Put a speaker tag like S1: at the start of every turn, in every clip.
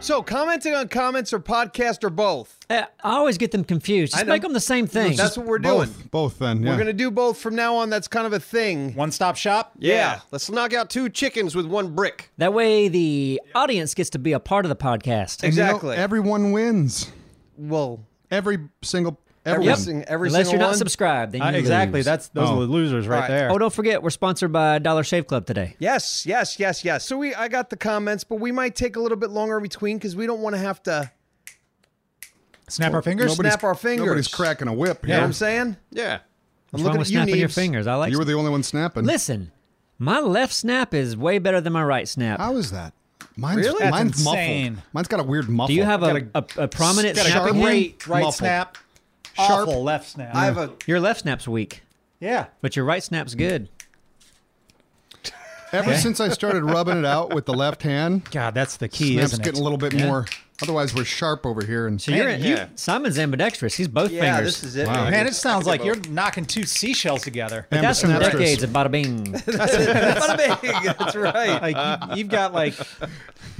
S1: So, commenting on comments or podcast or both.
S2: Uh, I always get them confused. Just
S1: know.
S2: make them the same thing.
S1: That's what we're doing.
S3: Both, both then. Yeah.
S1: We're gonna do both from now on. That's kind of a thing.
S4: One stop shop?
S1: Let's knock out two chickens with one brick.
S2: that way, the audience gets to be a part of the podcast.
S3: You know,
S1: Exactly.
S3: everyone wins.
S1: well,
S3: Every single. Everyone.
S1: every,
S2: Yep.
S1: sing- every
S2: Unless
S1: single
S2: you're not
S1: one.
S2: subscribed, then
S4: Uh,
S2: you
S4: exactly.
S2: lose.
S4: That's those
S3: Oh.
S4: are the losers right
S1: Alright.
S4: there.
S2: Oh, don't forget, we're sponsored by Dollar Shave Club today.
S1: yes, yes, yes, yes. So we, I got the comments, but we might take a little bit longer in between because we don't want to have to.
S4: Snap our fingers.
S1: Nobody's- snap our fingers.
S3: Nobody's cracking a whip.
S1: You know
S3: Yeah.
S1: what I'm saying?
S5: Yeah.
S1: I'm
S2: What's wrong
S1: looking
S2: with
S1: at you,
S2: snapping your
S1: Neebs.
S2: fingers? I like.
S3: You were the only one snapping.
S2: Listen, my left snap is way better than my right snap.
S3: How is that? Mine's,
S1: Really? That's
S3: mine's
S4: insane.
S3: muffled. Mine's got a weird muffle.
S2: Do you have a, a,
S4: Gotta-
S2: a prominent
S3: gotta
S2: snapping
S3: sharpen.
S2: hand?
S4: Great right
S3: Muffled.
S4: snap.
S3: Sharp.
S4: Awful left snap.
S1: I have a.
S2: Your left snap's weak,
S4: yeah.
S2: but your right snap's good.
S3: Ever since I started rubbing it out with the left hand,
S4: God, that's the key,
S3: snap's
S4: isn't
S3: getting a
S4: it?
S3: little bit more. Otherwise, we're sharp over here. And
S2: So you're
S4: Man,
S2: you
S5: yeah.
S2: Simon's ambidextrous. He's both
S1: Yeah,
S2: fingers.
S1: this is it.
S3: Wow.
S4: Man, it sounds like you're knocking two seashells together.
S3: And
S2: That's from
S3: ambidextrous.
S2: decades of bada bing.
S1: Bada bing. That's right.
S4: Like you, you've got like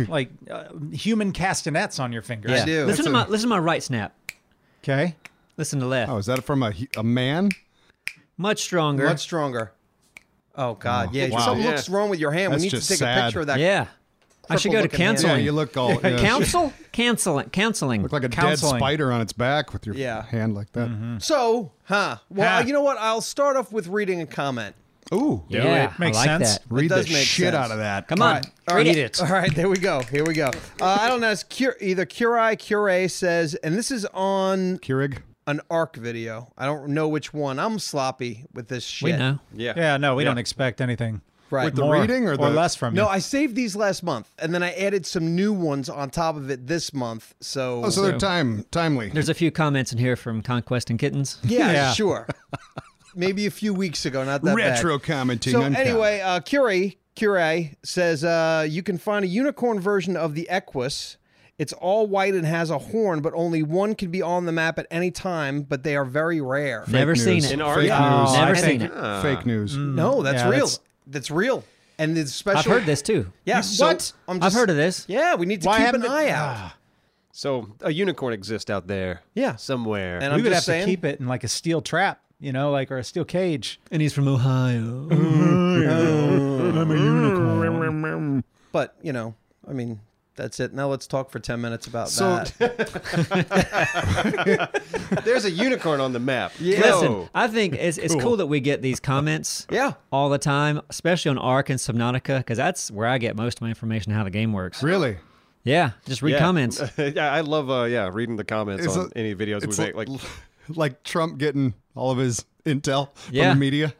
S4: like uh, human castanets on your fingers.
S1: I do.
S2: Listen to my listen to my right snap.
S4: Okay.
S2: Listen to left.
S3: Oh, is that from a, he- a man?
S2: Much stronger.
S1: Much stronger. Oh God, yeah.
S3: wow.
S1: Something
S3: Yeah.
S1: looks wrong with your hand.
S3: That's
S1: we need to
S3: just
S1: take a
S3: sad.
S1: picture of that.
S2: yeah. I should go to
S1: crippled-looking hand.
S2: counseling.
S3: Yeah, you look all yeah.
S2: Counsel? Canceling. Counseling.
S3: Look like a
S4: Counseling.
S3: dead spider on its back with your
S1: Yeah.
S3: hand like that.
S1: So, huh? Well,
S4: Huh.
S1: you know what? I'll start off with reading a comment.
S3: Ooh,
S4: Do
S2: Yeah,
S4: it. Makes
S2: I like
S4: sense.
S2: that.
S3: read the
S1: does make
S3: shit
S1: sense.
S3: out of that.
S2: Come on.
S1: All
S2: read
S1: right.
S2: it.
S1: All right, there we go. Here we go. Uh, I don't know. It's Cure, either Curie Curie says, and this is on
S3: Keurig.
S1: an ARC video. I don't know which one. I'm sloppy with this shit.
S2: We know.
S5: Yeah.
S4: Yeah, no, we don't expect anything.
S1: Right. With the
S4: More
S3: reading or the-
S4: less from
S1: No,
S4: you.
S1: I saved these last month, and then I added some new ones on top of it this month. So,
S3: Oh, so they're time timely.
S2: There's a few comments in here from Conquest and Kittens.
S1: yeah,
S4: Yeah.
S1: sure. Maybe a few weeks ago, not that bad.
S3: Retro commenting.
S1: So
S3: uncut.
S1: anyway, uh, Curie Curie says uh, you can find a unicorn version of the Equus. It's all white and has a horn, but only one can be on the map at any time. But they are very rare.
S2: Never
S3: news.
S2: seen
S5: In
S2: it.
S5: our
S3: Fake news.
S2: Never
S4: I
S2: seen
S4: think-
S2: it. Mm.
S3: Fake news.
S1: No, that's
S4: Yeah,
S1: real.
S4: that's-
S1: That's... real, and it's special.
S2: I've heard this too.
S1: Yes.
S4: What?
S1: I'm
S2: I've
S1: just,
S2: heard of this.
S1: Yeah, we need to
S4: Why
S1: keep an
S4: haven't
S1: eye
S4: it- Ah.
S1: out.
S5: So a unicorn exists out there.
S1: Yeah.
S5: Somewhere.
S1: And
S4: we
S1: I'm
S4: would have
S1: just
S4: to
S1: saying-
S4: keep it in like a steel trap, you know, like or a steel cage.
S2: And he's from Ohio.
S1: But you know, I mean, that's it. Now let's talk for ten minutes about
S3: So-
S1: that.
S5: There's a unicorn on the map. Yeah.
S2: Listen, I think it's, it's cool that we get these comments
S1: Yeah.
S2: all the time, especially on ARC and Subnautica, because that's where I get most of my information on how the game works.
S3: Really?
S2: Yeah, just read comments.
S5: yeah, I love uh yeah, reading the comments
S3: It's
S5: on
S3: a-
S5: any videos we
S3: It's
S5: make.
S3: like,
S5: Like
S3: like Trump getting all of his intel
S2: Yeah.
S3: from the media.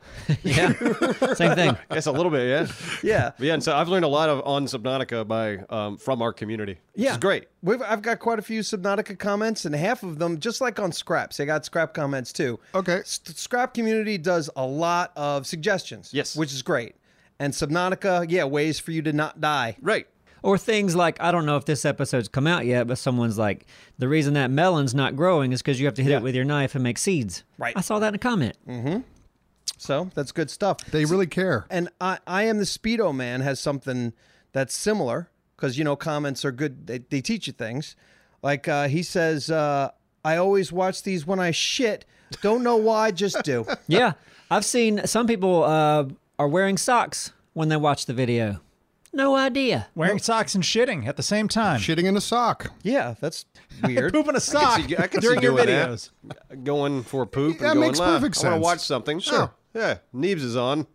S2: Yeah, same thing.
S5: it's a little bit, yeah.
S1: Yeah.
S5: But yeah, and so I've learned a lot of on Subnautica by um, from our community. Which
S1: Yeah,
S5: is great.
S1: We've, I've got quite a few Subnautica comments, and half of them, just like on Scraps, they got Scrap comments too.
S3: Okay.
S1: S- Scrap community does a lot of suggestions.
S5: Yes.
S1: which is great. And Subnautica, yeah, ways for you to not die.
S5: Right.
S2: Or things like I don't know if this episode's come out yet, but someone's like, the reason that melon's not growing is because you have to hit it with your knife and make seeds.
S1: Right.
S2: I saw that in a comment.
S1: So that's good stuff.
S3: They really care.
S1: and I, I am the speedo man has something that's similar because you know comments are good they, they teach you things like uh, he says uh, i always watch these when i shit don't know why just do
S2: Yeah, I've seen some people uh, are wearing socks when they watch the video. No idea.
S4: Wearing socks and shitting at the same time.
S3: Shitting in a sock.
S1: yeah that's weird
S4: Pooping a sock
S5: see- I can see
S4: during your
S5: doing that.
S4: videos.
S5: Going for a poop
S3: Yeah, it
S5: and going
S3: makes
S5: live.
S3: perfect
S5: I
S3: sense.
S5: want to watch something.
S3: Sure.
S5: Oh, yeah. Neebs is on.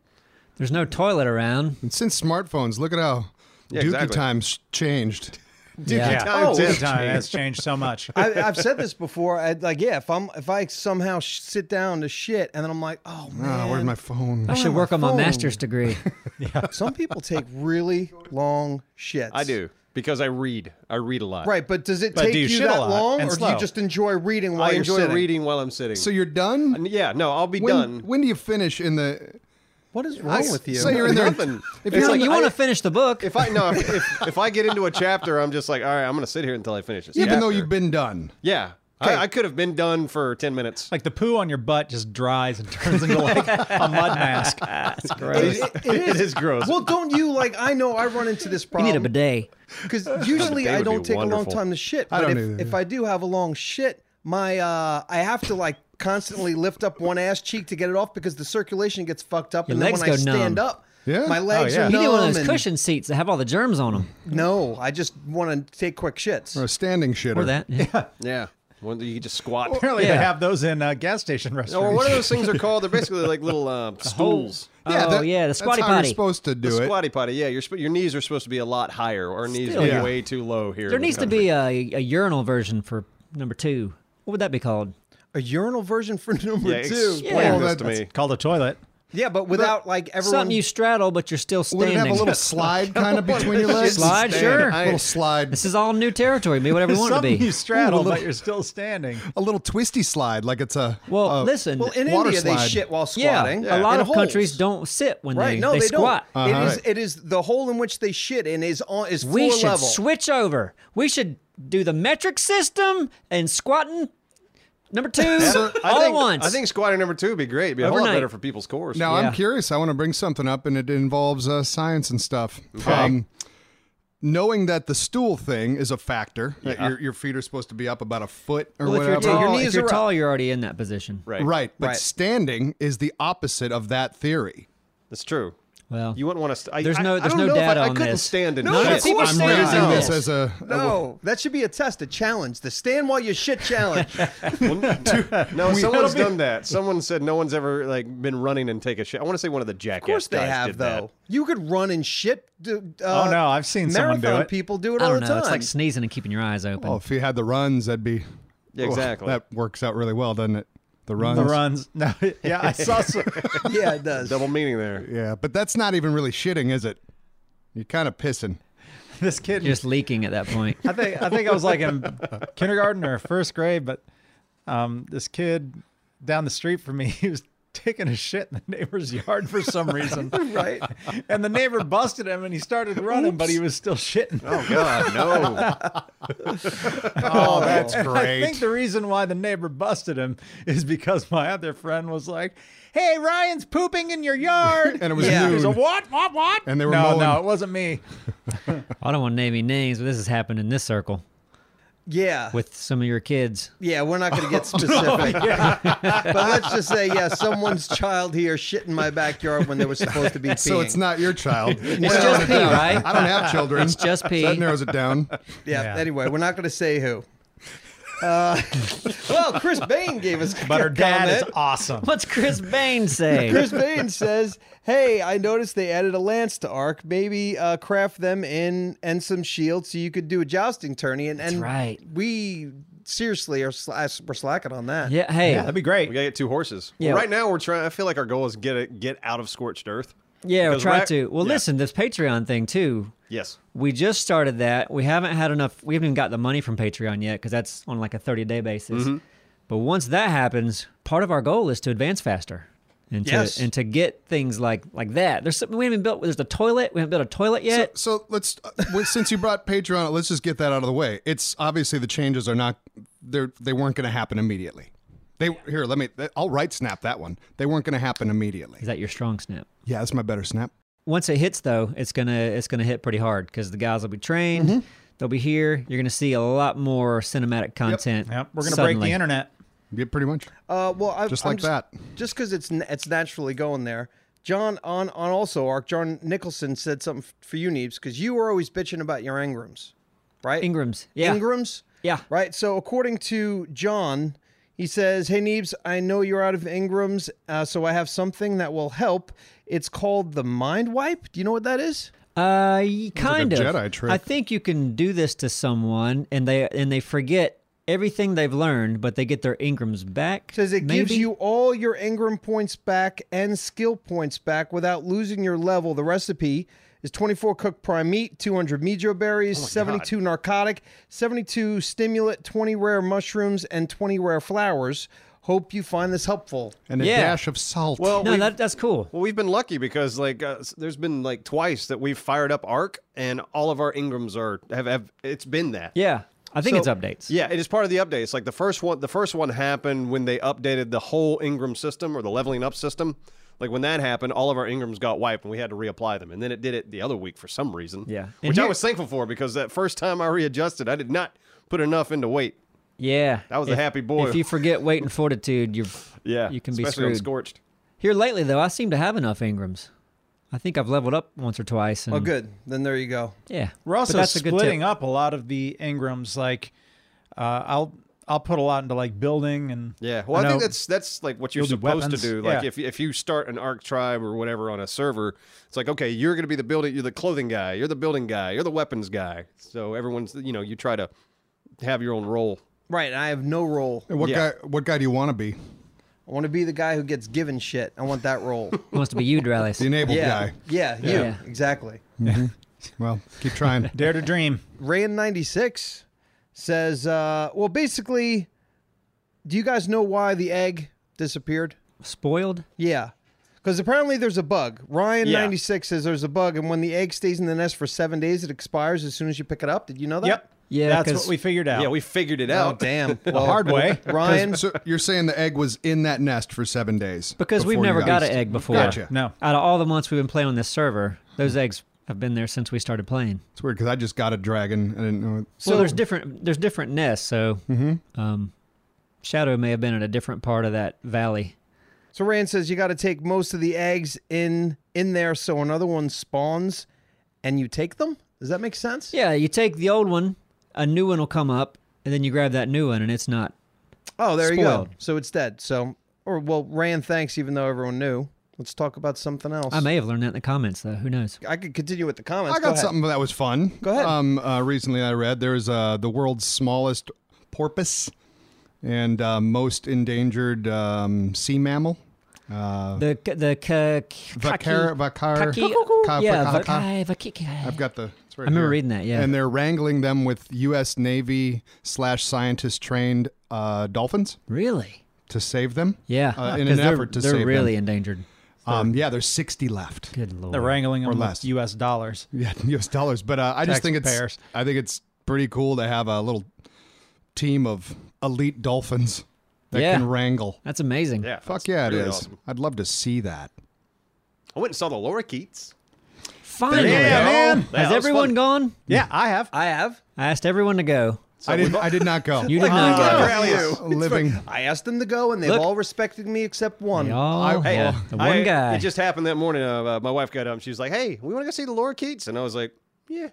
S2: There's no toilet around.
S3: And since smartphones, look at how
S5: Yeah,
S3: Dookie
S5: exactly.
S3: times changed.
S2: yeah.
S4: Oh,
S5: Times has
S4: time has changed so much.
S1: I, i've said this before I, like yeah if i'm if i somehow sh- sit down to shit and then i'm like oh man
S3: Ah, where's my phone?
S2: I should work on my
S1: phone.
S2: master's degree.
S1: some people take really long shits
S5: I do. Because I read. I read a lot.
S1: right but does it
S4: But
S1: take
S4: do you
S1: you
S4: shit a
S1: that
S4: lot
S1: long
S4: and
S1: or do
S4: slow?
S1: you just enjoy reading while
S5: I
S1: you're
S5: enjoy
S1: sitting?
S5: reading while I'm sitting.
S3: So you're done?
S5: yeah, no, I'll be
S3: when,
S5: done.
S3: When do you finish in the?
S1: what is wrong
S3: I-
S1: with you
S3: so you're in there.
S5: Nothing.
S3: If
S5: It's
S2: you
S3: you're
S5: like
S2: you
S5: I-
S2: want to finish the book.
S5: If I no, if, if I get into a chapter, I'm just like, all right, I'm gonna sit here until I finish this.
S3: even though
S5: chapter."
S3: you've been done,
S5: yeah, I, I could have been done for 10 minutes.
S4: Like the poo on your butt just dries and turns into like a mud mask.
S2: It's gross.
S5: it is gross.
S1: Well, don't you like? I know I run into this
S2: You
S1: problem.
S2: need a bidet.
S1: because usually
S5: They
S1: I
S5: would
S1: don't
S5: be
S1: take a long
S5: wonderful.
S1: time to shit.
S3: I
S1: But
S3: don't
S1: if,
S3: either,
S1: if
S3: yeah.
S1: I do have a long shit, my uh, I have to like constantly lift up one ass cheek to get it off because the circulation gets fucked up,
S2: Your
S1: and then
S2: legs
S1: when I
S2: go
S1: stand
S2: numb.
S1: up,
S3: Yeah.
S1: my
S3: Oh,
S1: legs
S4: yeah.
S1: are
S2: You
S1: numb.
S2: need one of those
S1: and-
S2: cushion seats that have all the germs on them.
S1: No, I just want to take quick shits.
S3: Or a standing shitter.
S2: Or that. Yeah.
S5: yeah. One that you could just squat.
S4: Apparently they
S2: Yeah.
S4: have those in uh, gas station restaurants.
S5: or what are those things are called? They're basically like little uh, stools.
S2: Oh, yeah, the squatty
S3: that's how
S2: potty.
S3: You're supposed to do
S5: The
S3: it.
S5: squatty potty. Yeah, your sp- your knees are supposed to be a lot higher. Our knees
S2: Still,
S5: are
S2: yeah.
S5: way too low here.
S2: There needs to be a, a urinal version for number two. What would that be called?
S1: A urinal version for number
S5: Yeah,
S1: two.
S5: explain
S2: Yeah.
S3: Well,
S5: this to
S3: that's-
S5: me.
S4: Called a toilet.
S1: Yeah, but without like everyone.
S2: Something you straddle, but you're still standing.
S3: Would it have a little slide kind of between your legs?
S2: Slide, sure.
S3: A little slide.
S2: This is all new territory. Be whatever we want it to
S4: Something
S2: be.
S4: you straddle, but you're still standing.
S3: A little twisty slide, like it's a.
S2: Well,
S3: a-
S2: listen.
S1: well, in
S3: water
S1: India they
S3: slide.
S1: shit while
S2: yeah,
S1: squatting.
S2: a lot
S1: In
S2: of countries
S1: holes.
S2: don't sit when
S1: Right?
S2: they,
S1: no,
S2: they,
S1: they,
S2: squat.
S3: Uh-huh.
S1: don't. Uh, It is it is the hole in which they shit in is on is floor
S2: We should
S1: level.
S2: switch over. We should do the metric system and squatting. Number two,
S5: I
S2: all
S5: think,
S2: at once.
S5: I think squatty number two would be great. It'd be a whole lot
S2: Overnight.
S5: better for people's scores.
S3: Now
S2: Yeah.
S3: I'm curious. I want to bring something up, and it involves uh, science and stuff. Um, knowing that the stool thing is a factor, that your, your feet are supposed to be up about a foot or
S2: Well, if you're
S3: whatever.
S2: tall,
S1: your
S2: if
S1: knees
S2: you're
S1: are up.
S2: tall, you're already in that position.
S5: right.
S3: Right, but
S1: Right.
S3: standing is the opposite of that theory.
S5: That's true.
S2: Well,
S5: You wouldn't want to. St- I-
S2: There's
S5: I-
S2: no-
S5: I
S2: there's no
S5: don't know if I-
S2: data
S5: I,
S2: on
S5: couldn't
S2: this.
S5: stand in
S1: No,
S5: shit.
S1: that's People
S2: I'm
S1: stand
S2: raising
S1: on
S3: This
S2: this.
S3: as a,
S1: No, that should be a test, a challenge, the stand while you shit challenge.
S5: No, someone's done that. Someone said no one's ever like been running and take a shit. I want to say one of the jackass
S1: Of course they
S5: guys
S1: have
S5: did
S1: though.
S5: that.
S1: You could run and shit. Do, uh,
S4: Oh, no, I've seen someone
S1: marathon
S4: do it.
S1: People do it
S2: I
S1: all
S2: don't
S1: the
S2: know.
S1: time.
S2: It's like sneezing and keeping your eyes open.
S3: well, oh, if you had the runs, that'd be
S5: Yeah,
S3: oh,
S5: exactly.
S3: that works out really well, doesn't it? The runs,
S4: The runs. No, yeah, I saw some.
S1: yeah, it does.
S5: Double meaning there.
S3: yeah, but that's not even really shitting, is it? You're kind of pissing.
S4: this kid
S2: you're just leaking at that point.
S4: I think I think I was like in kindergarten or first grade, but um, this kid down the street from me, he was taking a shit in the neighbor's yard for some reason,
S1: Right?
S4: and the neighbor busted him, and he started running, but he was still shitting.
S5: Oh God, no.
S3: Oh, that's
S4: I think the reason why the neighbor busted him is because my other friend was like, "Hey, Ryan's pooping in your yard,"
S3: And it was
S1: Yeah.
S4: He was a
S3: noon.
S4: what, what, what?
S3: And they were
S4: no,
S3: mowing.
S4: no, it wasn't me.
S2: I don't want to name any names, but this has happened in this circle
S1: Yeah.
S2: with some of your kids.
S1: Yeah, we're not going to get specific. But let's just say, yeah, someone's child here shit in my backyard when they were supposed to be peeing.
S3: So it's not your child.
S2: It's
S3: Well,
S2: just pee, right?
S3: I don't have children. It's
S2: just pee.
S3: that narrows it down.
S1: Yeah,
S4: Yeah.
S1: anyway, we're not going to say who. Uh, well, Chris Bain gave us
S4: But
S1: a
S4: her dad
S1: comment.
S4: is awesome.
S2: What's Chris Bain say?
S1: Chris Bain says, "Hey, I noticed they added a lance to Ark. Maybe uh, craft them in and some shields so you could do a jousting tourney." And, and
S2: right.
S1: we seriously are sla- we're slacking on that.
S2: yeah, hey,
S4: Yeah, that'd be great.
S5: We gotta get two horses.
S2: Yeah.
S5: Right now we're trying. I feel like our goal is get it, get out of scorched earth.
S2: yeah, we'll
S5: Because
S2: try
S5: right-
S2: to. Well,
S5: yeah.
S2: listen, this Patreon thing too.
S5: Yes.
S2: We just started that. We haven't had enough. We haven't even got the money from Patreon yet because that's on like a 30 day basis. But once that happens, part of our goal is to advance faster and to
S1: Yes.
S2: and to get things like like that. There's something we haven't even built. There's the toilet. We haven't built a toilet yet.
S3: So let's, uh, well, since you brought Patreon, let's just get that out of the way. It's obviously the changes are not, they're, they weren't going to happen immediately. They here, let me. I'll right snap that one. They weren't going to happen immediately.
S2: Is that your strong snap?
S3: Yeah, that's my better snap.
S2: once it hits though, it's gonna it's gonna hit pretty hard because the guys will be trained. They'll be here. You're gonna see a lot more cinematic content.
S4: Yep, we're gonna break
S2: suddenly.
S4: the internet.
S3: Yeah, pretty much.
S1: Uh, well, I,
S3: Just
S1: I'm
S3: like that.
S1: Just because it's n- it's naturally going there. John on on also Ark. John Nicholson said something f- for you, Neebs, because you were always bitching about your Ingrams, right?
S2: Ingrams. Yeah.
S1: Ingrams.
S2: Yeah.
S1: Right. So according to John, he says, "Hey Neebs, I know you're out of Ingrams, uh, so I have something that will help. It's called the Mind Wipe. Do you know what that is?
S2: Uh, y- kind of.
S3: Jedi trick.
S2: I think you can do this to someone, and they and they forget everything they've learned, but they get their Ingrams back.
S1: Says it gives
S2: maybe?
S1: you all your Ingram points back and skill points back without losing your level. The recipe." Is 24 cooked prime meat, 200 mijo
S2: Oh
S1: berries, 72 narcotic, 72 stimulant, 20 rare mushrooms, and 20 rare flowers. Hope you find this helpful.
S3: And a
S2: Yeah.
S3: dash of salt.
S5: Well,
S2: No,
S5: we've-
S2: that, that's cool.
S5: Well, we've been lucky because like uh, s- there's been like twice that we've fired up Arc and all of our Ingrams are have, have it's been that.
S2: Yeah. I think
S5: So-
S2: it's updates.
S5: Yeah, it is part of the updates. Like the first one, the first one happened when they updated the whole Ingram system or the leveling up system. Like when that happened, all of our Ingrams got wiped and we had to reapply them. And then it did it the other week for some reason.
S2: Yeah. And
S5: which I
S2: here-
S5: was thankful for because that first time I readjusted, I did not put enough into weight.
S2: Yeah.
S5: That was a
S2: If-
S5: happy boy.
S2: If you forget weight and fortitude, you're
S5: Yeah,
S2: you can be
S5: especially on
S2: screwed.
S5: scorched.
S2: Here lately though, I seem to have enough Ingrams. I think I've leveled up once or twice. And,
S1: Oh, good. Then there you go.
S2: Yeah.
S4: We're
S2: But
S4: also
S2: that's a good tip.
S4: splitting up a lot of the Ingrams. Like, uh, I'll I'll put a lot into like building and
S5: Yeah. Well, I,
S4: know-
S5: think that's that's like what you're
S4: You'll do
S5: supposed to
S4: weapons.
S5: do. Like
S4: Yeah.
S5: if if you start an arc tribe or whatever on a server, it's like okay, you're going to be the building, you're the clothing guy, you're the building guy, you're the weapons guy. So everyone's you know you try to have your own role.
S1: Right. And I have no role.
S3: And What
S5: Yeah.
S3: guy? What guy do you want to be?
S1: I want to be the guy who gets given shit. I want that role.
S2: wants to be you, Dralis.
S3: The enabled
S1: yeah.
S3: guy.
S1: Yeah. You.
S2: Yeah.
S1: Exactly.
S3: Well, keep trying.
S4: Dare to Dream.
S1: Rayan96 says, uh, well, basically, do you guys know why the egg disappeared?
S2: Spoiled?
S1: Yeah. Because apparently there's a bug. Ryan96 says there's a bug, and when the egg stays in the nest for seven days, it expires as soon as you pick it up. Did you know that?
S4: Yep.
S2: Yeah,
S4: That's
S2: 'cause-
S4: what we figured out.
S5: Yeah, we figured it
S1: Oh,
S5: out.
S1: damn.
S4: the
S1: Well,
S4: hard way.
S1: Ryan,
S3: So you're saying the egg was in that nest for seven days
S2: Because we've
S3: before you
S2: never got an
S3: it.
S2: egg before.
S3: Gotcha.
S4: No.
S2: Out of all the months we've been playing on this server, those eggs have been there since we started playing.
S3: It's weird because I just got a dragon. I didn't know. It.
S2: So well, there's different there's different nests. So
S4: Mm-hmm.
S2: um, Shadow may have been in a different part of that valley.
S1: so Ryan says you got to take most of the eggs in in there so another one spawns, and you take them. Does that make sense?
S2: Yeah, you take the old one, a new one will come up, and then you grab that new one, and it's not.
S1: Oh, there you
S2: Spoiled.
S1: go. So it's dead. So, or well, Ryan, thanks, even though everyone knew. Let's talk about something else.
S2: I may have learned that in the comments, though. Who knows?
S1: I could continue with the comments.
S3: I got
S1: Go ahead.
S3: something that was fun. Go
S1: ahead.
S3: Um, uh, recently, I read there's uh, the world's smallest porpoise and uh, most endangered um, sea mammal. Uh,
S2: The the ca-
S3: Vacar, vacar,
S2: Kaki-
S3: ka-
S2: yeah,
S3: ka- ka-
S2: Vakai- Vakiki.
S3: I've got the. It's right
S2: I remember
S3: here.
S2: reading that, yeah.
S3: And they're wrangling them with U.S. Navy slash scientist trained uh, dolphins
S2: Really?
S3: to save them.
S2: Yeah.
S3: Uh, in
S2: 'cause
S3: an
S2: they're-
S3: effort to
S2: they're
S3: save
S2: really
S3: them.
S2: endangered.
S3: Um, yeah, there's 60 left.
S2: Good lord.
S4: They're wrangling them
S3: less.
S4: with U.S. dollars.
S3: Yeah, U.S. dollars. But uh, I just think it's
S4: Taxpayers.
S3: I think it's pretty cool to have a little team of elite dolphins that
S2: Yeah.
S3: can wrangle.
S2: That's amazing.
S5: Yeah.
S3: Fuck
S5: that's
S3: yeah, it
S5: really
S3: is.
S5: awesome.
S3: I'd love to see that.
S5: I went and saw the lorikeets.
S2: Finally.
S4: Yeah, man.
S5: That
S2: Has
S5: was
S2: everyone
S5: fun.
S2: gone?
S4: Yeah, I have.
S1: I have.
S2: I asked everyone to go.
S3: I did. I did not go.
S2: You did not go.
S3: living.
S1: I asked them to go, and they've
S2: Look.
S1: all respected me except one.
S2: Y'all,
S3: I- Hey,
S2: yeah,
S3: well,
S2: the
S5: I-
S2: one guy.
S5: It just happened that morning. Uh, uh, my wife got up. and She was like, "Hey, we want to go see the lorikeets," and I was like, "Yeah."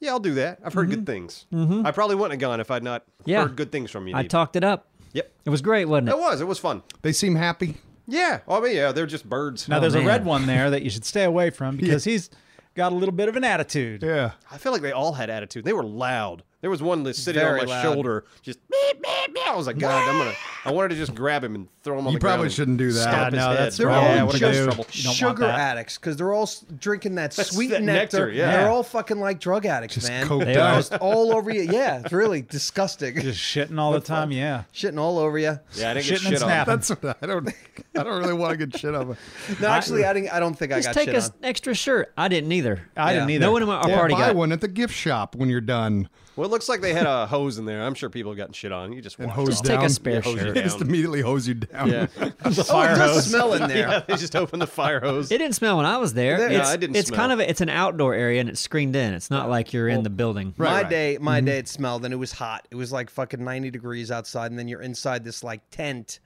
S5: Yeah, I'll do that. I've heard good things. I probably wouldn't have gone if I'd not
S2: Yeah.
S5: heard good things from you.
S2: I
S5: Neith.
S2: talked it up.
S5: Yep.
S2: It was great, wasn't it?
S5: It was. It was fun.
S3: They seem happy.
S5: Yeah. I mean, yeah, they're just birds.
S4: Now there's
S2: man.
S4: a red one there that you should stay away from because he's got a little bit of an attitude.
S3: Yeah.
S5: I feel like they all had attitude. They were loud. There was one that sitting
S1: Very
S5: on my
S1: loud.
S5: shoulder, just beep, beep, beep. I was like, God, I'm gonna. I wanted to just grab him and throw him on
S3: You
S5: the ground.
S3: probably
S5: and
S3: shouldn't do that.
S5: stomp
S3: Yeah,
S5: his
S4: no,
S5: head.
S4: that's
S1: They're
S4: wrong.
S5: Yeah,
S4: Yeah,
S1: all
S5: what a
S4: just-
S5: good
S1: just
S5: trouble.
S4: You don't want
S1: sugar
S4: that.
S1: addicts because they're all s- drinking that sweet
S5: that
S1: nectar.
S5: nectar, yeah.
S1: They're all fucking like drug addicts,
S3: Just
S1: man.
S3: coked
S1: They're
S3: out.
S1: just all over you. Yeah, it's really disgusting.
S4: Just shitting all the time. Yeah.
S1: Shitting all over you.
S5: Yeah, I didn't get
S4: Shitting and
S5: shit on.
S4: snapping.
S3: That's what I don't. I don't really want to get shit on.
S1: No, actually, I didn't. I don't think I
S2: just
S1: got
S2: take
S1: shit
S2: an
S1: on.
S2: extra shirt. I didn't either.
S4: I didn't
S1: Yeah.
S4: either.
S2: No one in my, our
S3: Yeah,
S2: party
S3: buy
S2: got.
S3: one at the gift shop when you're done.
S5: Well, it looks like they had a hose in there. I'm sure people got shit on. You just
S3: And
S5: walked
S3: hose
S5: off.
S2: Just take
S3: down.
S2: a spare
S5: hose
S2: shirt.
S5: down.
S3: Just immediately hose you down.
S5: Yeah.
S1: Oh, it does smell in there.
S5: yeah, they just opened the fire hose.
S2: It didn't smell when I was there.
S1: There-
S2: it's,
S1: No,
S5: it didn't
S2: It's
S5: smell.
S2: kind of a, it's an outdoor area and it's screened in. It's not like you're in the building.
S1: my
S5: right.
S1: day, my day, it smelled, and it was hot. It was like fucking ninety degrees outside, and then you're inside this like tent,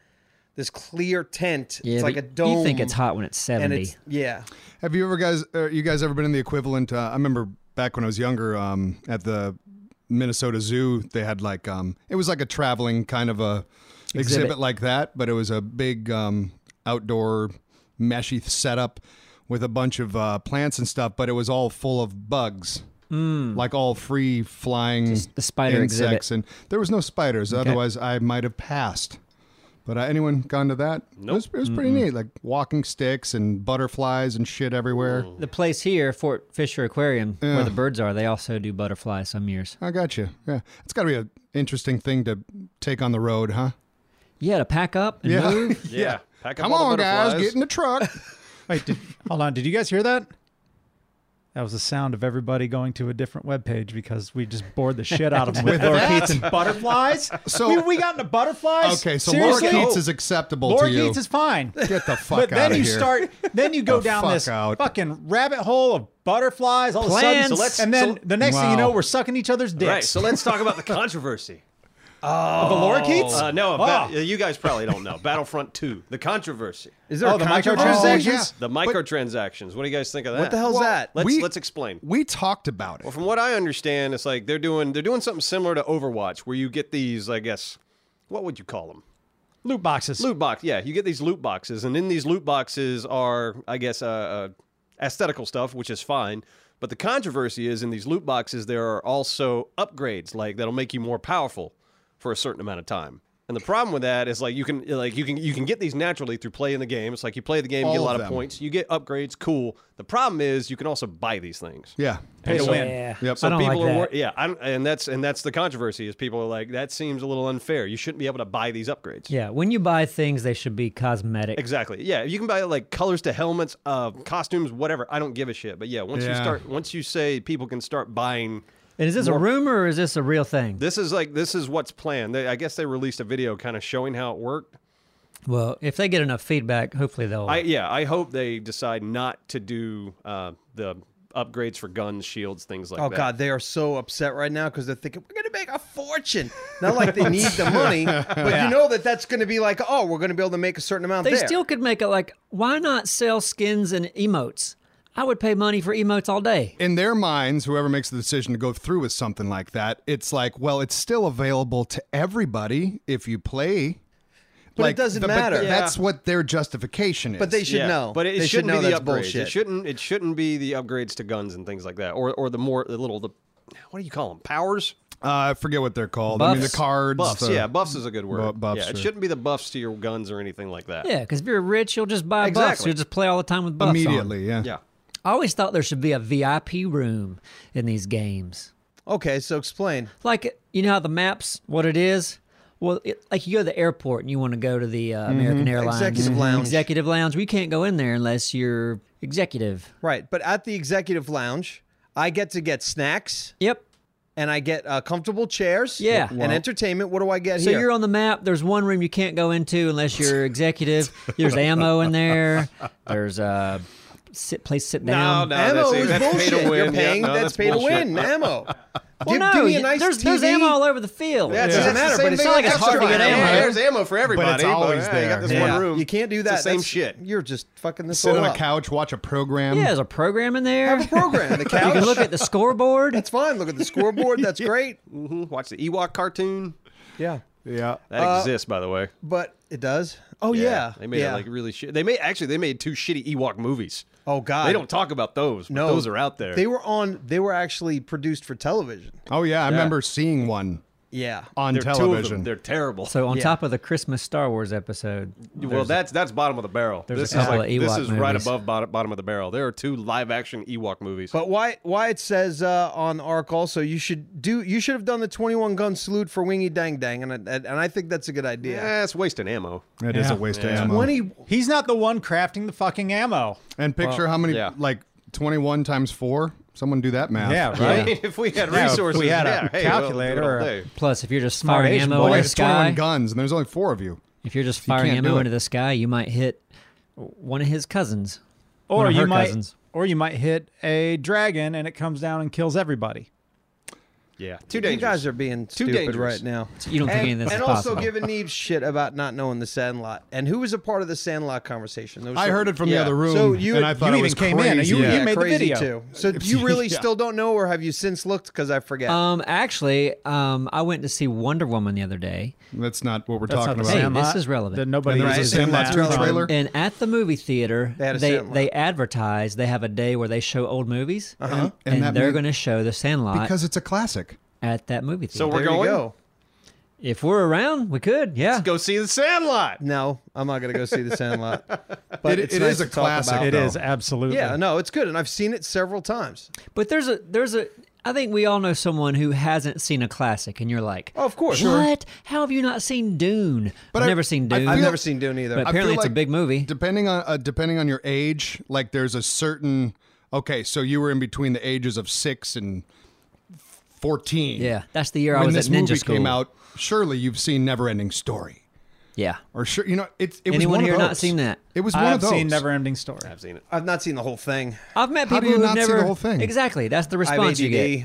S1: this clear tent.
S2: Yeah,
S1: it's
S2: but
S1: like a dome.
S2: You think it's hot when it's
S1: and
S2: seventy?
S1: it's yeah.
S3: Have you ever guys, uh, you guys ever been in the equivalent? Uh, I remember back when I was younger um, at the Minnesota Zoo, they had like um, it was like a traveling kind of a exhibit,
S2: Exhibit.
S3: like that, but it was a big um, outdoor meshy setup with a bunch of uh, plants and stuff, but it was all full of bugs. Like all free flying
S2: Hmm. Just the spider
S3: insects, and there was no spiders. Otherwise, I might have passed. But uh, anyone gone to that? It was, it was pretty neat, like walking sticks and butterflies and shit everywhere.
S4: Mm.
S2: the place here, Fort Fisher Aquarium, where the birds are, they also do butterflies some years.
S3: I got you. Yeah, it's got to be an interesting thing to take on the road, huh?
S2: Yeah, to pack up and
S3: Yeah.
S2: move.
S5: yeah. Pack up
S3: Come
S5: all the
S3: on, guys,
S5: butterflies.
S3: get in the truck.
S4: Wait, did, hold on. Did you guys hear that? That was the sound of everybody going to a different webpage because we just bored the shit out of them with Laura Keats and butterflies.
S3: So-
S4: we, we got into butterflies.
S3: Okay, so
S4: Seriously?
S3: Laura Keats is acceptable
S4: Laura
S3: to you.
S4: Keats is fine.
S3: Get the fuck
S4: but
S3: out
S4: then
S3: of
S4: you
S3: here.
S4: start, then you go
S3: The
S4: down
S3: fuck
S4: this
S3: out.
S4: fucking rabbit hole of butterflies. All of a sudden,
S2: Plants. So let's-
S4: and then
S5: so-
S4: the next thing you know,
S3: Wow.
S4: we're sucking each other's dicks.
S5: Right. So let's talk about the controversy.
S4: the Laura Keats.
S3: Oh.
S5: Uh, no,
S4: Ah.
S5: ba- you guys probably don't know. Battlefront 2, the controversy,
S1: Is there
S4: Oh,
S1: a
S4: the
S1: controversy?
S4: microtransactions?
S3: Oh, yeah.
S5: the microtransactions. What do you guys think of that?
S1: What the hell's that?
S5: Let's
S3: We-
S5: let's explain.
S3: We talked about it.
S5: Well, from what I understand, it's like they're doing they're doing something similar to Overwatch, where you get these, I guess, what would you call them?
S4: loot boxes.
S5: Loot box. Yeah, you get these loot boxes, and in these loot boxes are, I guess, uh, uh, aesthetical stuff, which is fine. But the controversy is in these loot boxes, there are also upgrades like that'll make you more powerful for a certain amount of time. And the problem with that is like you can like you can you can get these naturally through playing the game. It's like you play the game, you
S3: All
S5: get a
S3: of
S5: lot of
S3: them.
S5: points, you get upgrades, cool. The problem is you can also buy these things.
S3: yeah.
S4: Pay to win.
S2: Yeah.
S3: Yep.
S2: I don't
S5: people
S2: like
S5: are
S2: that.
S5: wor- yeah, I don't, and that's and that's the controversy is people are like that seems a little unfair. You shouldn't be able to buy these upgrades.
S2: yeah, when you buy things, they should be cosmetic.
S5: Exactly. Yeah, you can buy like colors to helmets, uh, costumes, whatever. I don't give a shit. But yeah, once you
S3: Yeah.
S5: start, once you say people can start buying,
S2: And is this a rumor or is this a real thing?
S5: this is like this is what's planned. They, I guess they released a video kind of showing how it worked.
S2: well, if they get enough feedback, hopefully they'll.
S5: I yeah, I hope they decide not to do uh, the upgrades for guns, shields, things like
S1: Oh
S5: that.
S1: God, they are so upset right now because they're thinking we're going to make a fortune. Not like they need the money, but you know that that's going to be like, oh, we're going to be able to make a certain amount.
S2: they
S1: there.
S2: still could make it like, why not sell skins and emotes? I would pay money for emotes all day.
S3: in their minds, whoever makes the decision to go through with something like that, it's like, well, it's still available to everybody if you play.
S1: But it doesn't matter.
S3: th-
S1: Yeah.
S3: That's what their justification is.
S1: but they should
S5: Yeah,
S1: know.
S5: but it,
S1: they should
S5: shouldn't
S1: know
S5: be the
S1: that's
S5: upgrades.
S1: bullshit.
S5: It shouldn't. It shouldn't be the upgrades to guns and things like that, or or the more the little the what do you call them? Powers.
S3: uh, I forget what they're called. I mean, the
S2: Buffs.
S3: cards.
S5: Buffs,
S3: the-
S5: yeah, buffs is a good word.
S3: Bu- buffs,
S5: yeah, it
S3: sure.
S5: shouldn't be the buffs to your guns or anything like that.
S2: Yeah, because if you're rich, you'll just buy buffs.
S5: Exactly.
S2: You'll just play all the time with buffs. on.
S3: Immediately, yeah.
S5: yeah.
S2: I always thought there should be a VIP room in these games.
S1: Okay, so explain.
S2: Like, you know how the maps, what it is? Well, it, like you go to the airport and you want to go to the uh, American Airlines
S1: Executive lounge.
S2: Executive lounge. We can't go in there unless you're executive.
S1: Right, but at the executive lounge, I get to get snacks
S2: Yep.
S1: and I get uh, comfortable chairs.
S2: Yeah.
S1: and entertainment. What do I get
S2: So
S1: here?
S2: you're on the map. There's one room you can't go into unless you're executive. There's ammo in there. There's a sit place sit down.
S5: no.
S1: ammo
S5: that's-
S1: is
S5: that's pay to
S1: bullshit. You're
S5: win. Yeah,
S1: paying.
S5: no,
S1: that's,
S5: that's
S1: pay to
S5: bullshit.
S1: win. Ammo.
S2: Well,
S1: give,
S2: no,
S1: give me a
S2: you-
S1: nice
S2: there's,
S1: TV.
S2: there's ammo all over the field.
S5: That's,
S1: Doesn't
S5: that's
S1: matter,
S5: the same
S1: but it's
S5: thing
S1: not
S2: like
S5: with
S2: it's hard to
S5: Xbox.
S2: get ammo.
S5: Yeah, There's ammo for everybody.
S3: always
S5: yeah, You got
S3: there.
S5: this
S2: Yeah.
S5: one room.
S1: You can't do
S5: It's
S1: that.
S5: the same
S1: That's-
S5: shit.
S1: You're just fucking this
S3: Sit
S1: all
S3: on a
S1: up.
S3: couch, watch a program.
S2: Yeah, there's a program in there.
S1: Have a program. The couch.
S2: You can look at the scoreboard.
S1: That's fine. Look at the scoreboard. That's great.
S5: Mhm. Watch the Ewok cartoon.
S1: Yeah.
S3: Yeah.
S5: That exists, by the way.
S1: But it does. Oh yeah.
S5: They made
S1: yeah.
S5: it like really shit. They made actually they made two shitty Ewok movies.
S1: Oh god.
S5: They don't talk about those. But
S1: No,
S5: those are out there.
S1: They were on. They were actually produced for television.
S3: Oh, yeah. I remember seeing one
S1: Yeah.
S3: on
S5: There are two of them.
S3: television.
S5: They're terrible.
S2: So on
S1: Yeah.
S2: top of the Christmas Star Wars episode,
S5: well, that's that's bottom of the barrel.
S2: there's a
S5: This is
S2: couple
S5: like
S2: of
S5: this
S2: Ewok
S5: is right
S2: movies.
S5: above bottom, bottom of the barrel. There are two live action Ewok movies.
S1: But why? Why it says uh, on Arc also you should do. You should have done the twenty-one gun salute for Wingy Dang Dang, and I- and I think that's a good idea.
S5: yeah, it's wasting ammo.
S3: It is a waste of ammo.
S1: Twenty.
S4: He's not the one crafting the fucking ammo.
S3: and picture how many,
S5: yeah.
S3: like 21 times 4. Someone do that math.
S4: Yeah, right.
S5: if we had
S4: Yeah, if
S5: resources,
S4: we had a
S5: yeah, hey,
S4: calculator
S5: we'll do
S4: or
S5: it all
S4: a-
S5: day.
S2: plus if you're just
S4: Smart
S2: firing
S4: Asian
S2: ammo
S4: boy.
S2: into the
S3: It's 21
S2: sky,
S3: guns, and there's only four of you.
S2: if you're just
S3: can't
S2: firing
S3: do
S2: ammo
S3: it.
S2: into the sky, you might hit one of his cousins, one
S4: Or
S2: of
S4: you
S2: her
S4: might
S2: cousins.
S4: or you might hit a dragon and it comes down and kills everybody.
S5: yeah, too
S1: You
S5: dangerous.
S1: guys are being stupid
S5: dangerous.
S1: right now.
S2: You don't think
S1: And,
S2: any of this
S1: and
S2: is
S1: also
S2: possible.
S1: giving Neve shit about not knowing the Sandlot. And who was a part of the Sandlot conversation? There was
S3: I
S1: some-
S3: heard it from
S5: Yeah.
S3: the other room,
S1: So you-
S3: and I
S1: you
S3: thought it
S4: even
S3: was
S4: came in, and
S3: crazy.
S4: you-
S3: yeah.
S4: you made the
S1: crazy
S4: video.
S1: too. So you really
S3: Yeah.
S1: still don't know, or have you since looked? Because I forget.
S2: Um, actually, um, I went to see Wonder Woman the other day,
S3: That's not what we're
S4: That's
S3: talking
S4: not
S3: about.
S4: the
S2: Hey,
S4: Sandlot.
S2: this is relevant.
S4: That
S3: And
S4: nobody
S3: there was
S4: is
S3: a
S4: in
S3: Sandlot
S4: that
S3: 2
S4: room.
S3: trailer?
S2: and at the theater, they
S1: They had a
S2: they,
S1: Sandlot.
S2: advertise they have a day where they show old movies,
S3: And
S2: and,
S3: that
S2: they're
S3: made-
S2: going to show the Sandlot
S3: because it's a classic.
S2: at that movie theater.
S5: So
S1: there
S5: we're
S1: you
S5: going.
S1: go.
S2: if we're around, we could. Yeah,
S5: Go see the Sandlot.
S1: No, I'm not gonna go see the Sandlot. But
S3: It-
S1: it's
S3: it
S1: nice
S3: is a
S1: to talk
S3: classic.
S1: about.
S4: It
S3: though.
S4: is absolutely.
S1: Yeah, no, it's good, and I've seen it several times.
S2: But there's a there's a I think we all know someone who hasn't seen a classic, and you're like,
S1: Oh, of course.
S2: what? How have you not seen Dune?
S3: But
S2: I've
S3: I-
S2: never seen
S3: I
S2: Dune.
S3: feel-
S1: I've never seen Dune either.
S2: But apparently,
S3: feel
S2: it's a
S3: like
S2: big movie.
S3: Depending on uh, depending on your age, like there's a certain Okay, so you were in between the ages of six and fourteen.
S2: Yeah, that's the year I was
S3: when this
S2: at ninja
S3: movie
S2: school.
S3: came out, surely you've seen Neverending Story,
S2: Yeah.
S3: or sure you know it's. It
S2: Anyone
S3: was one
S2: here
S3: of
S2: not
S3: those.
S2: seen that?
S3: It was one
S4: I've
S3: of those.
S4: seen Never Ending Story.
S5: I've seen it.
S1: I've not seen the whole thing.
S2: I've met people
S3: do you
S2: who've
S3: not see the
S2: never
S3: whole thing?
S2: Exactly. That's the
S1: I have
S2: response you
S1: ADD.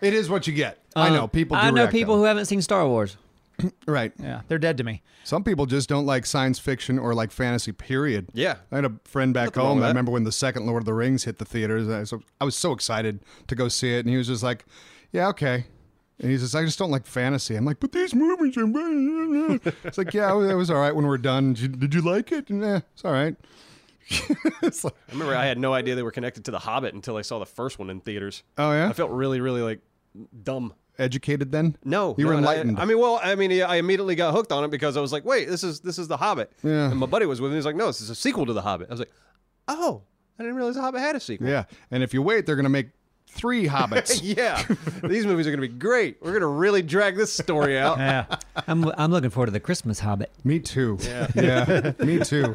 S2: get.
S3: It is what you get. I know
S2: Um,
S3: people. Do
S2: I know
S3: react
S2: people who
S3: that
S2: haven't seen Star Wars.
S3: way. right.
S4: Yeah, they're dead to me.
S3: Some people just don't like science fiction or like fantasy. Period.
S5: Yeah.
S3: I had a friend back
S5: wrong
S3: home.
S5: with
S3: I
S5: that.
S3: remember when the second Lord of the Rings hit the theaters. I was, I was so excited to go see it, and he was just like, "Yeah, okay." And he's just, I just don't like fantasy. I'm like, but these movies are. blah, blah, blah." It's like, yeah, it was all right when we're done. Did you, did you like it? Nah, it's all right. it's like,
S5: I remember I had no idea they were connected to The Hobbit until I saw the first one in theaters.
S3: oh yeah,
S5: I felt really, really like dumb.
S3: educated then.
S5: No,
S3: you were
S5: no, and I-
S3: enlightened.
S5: I, mean, well, I mean, I immediately got hooked on it because I was like, "Wait, this is this is The Hobbit."
S3: Yeah.
S5: And my buddy was with me. He's like, "No, this is a sequel to The Hobbit." I was like, "Oh, I didn't realize The Hobbit had a sequel."
S3: yeah. And if you wait, they're gonna make three hobbits.
S5: Yeah. These movies are going to be great. We're going to really drag this story out.
S4: Yeah,
S2: I'm, I'm looking forward to the Christmas Hobbit.
S3: me too. yeah, me too.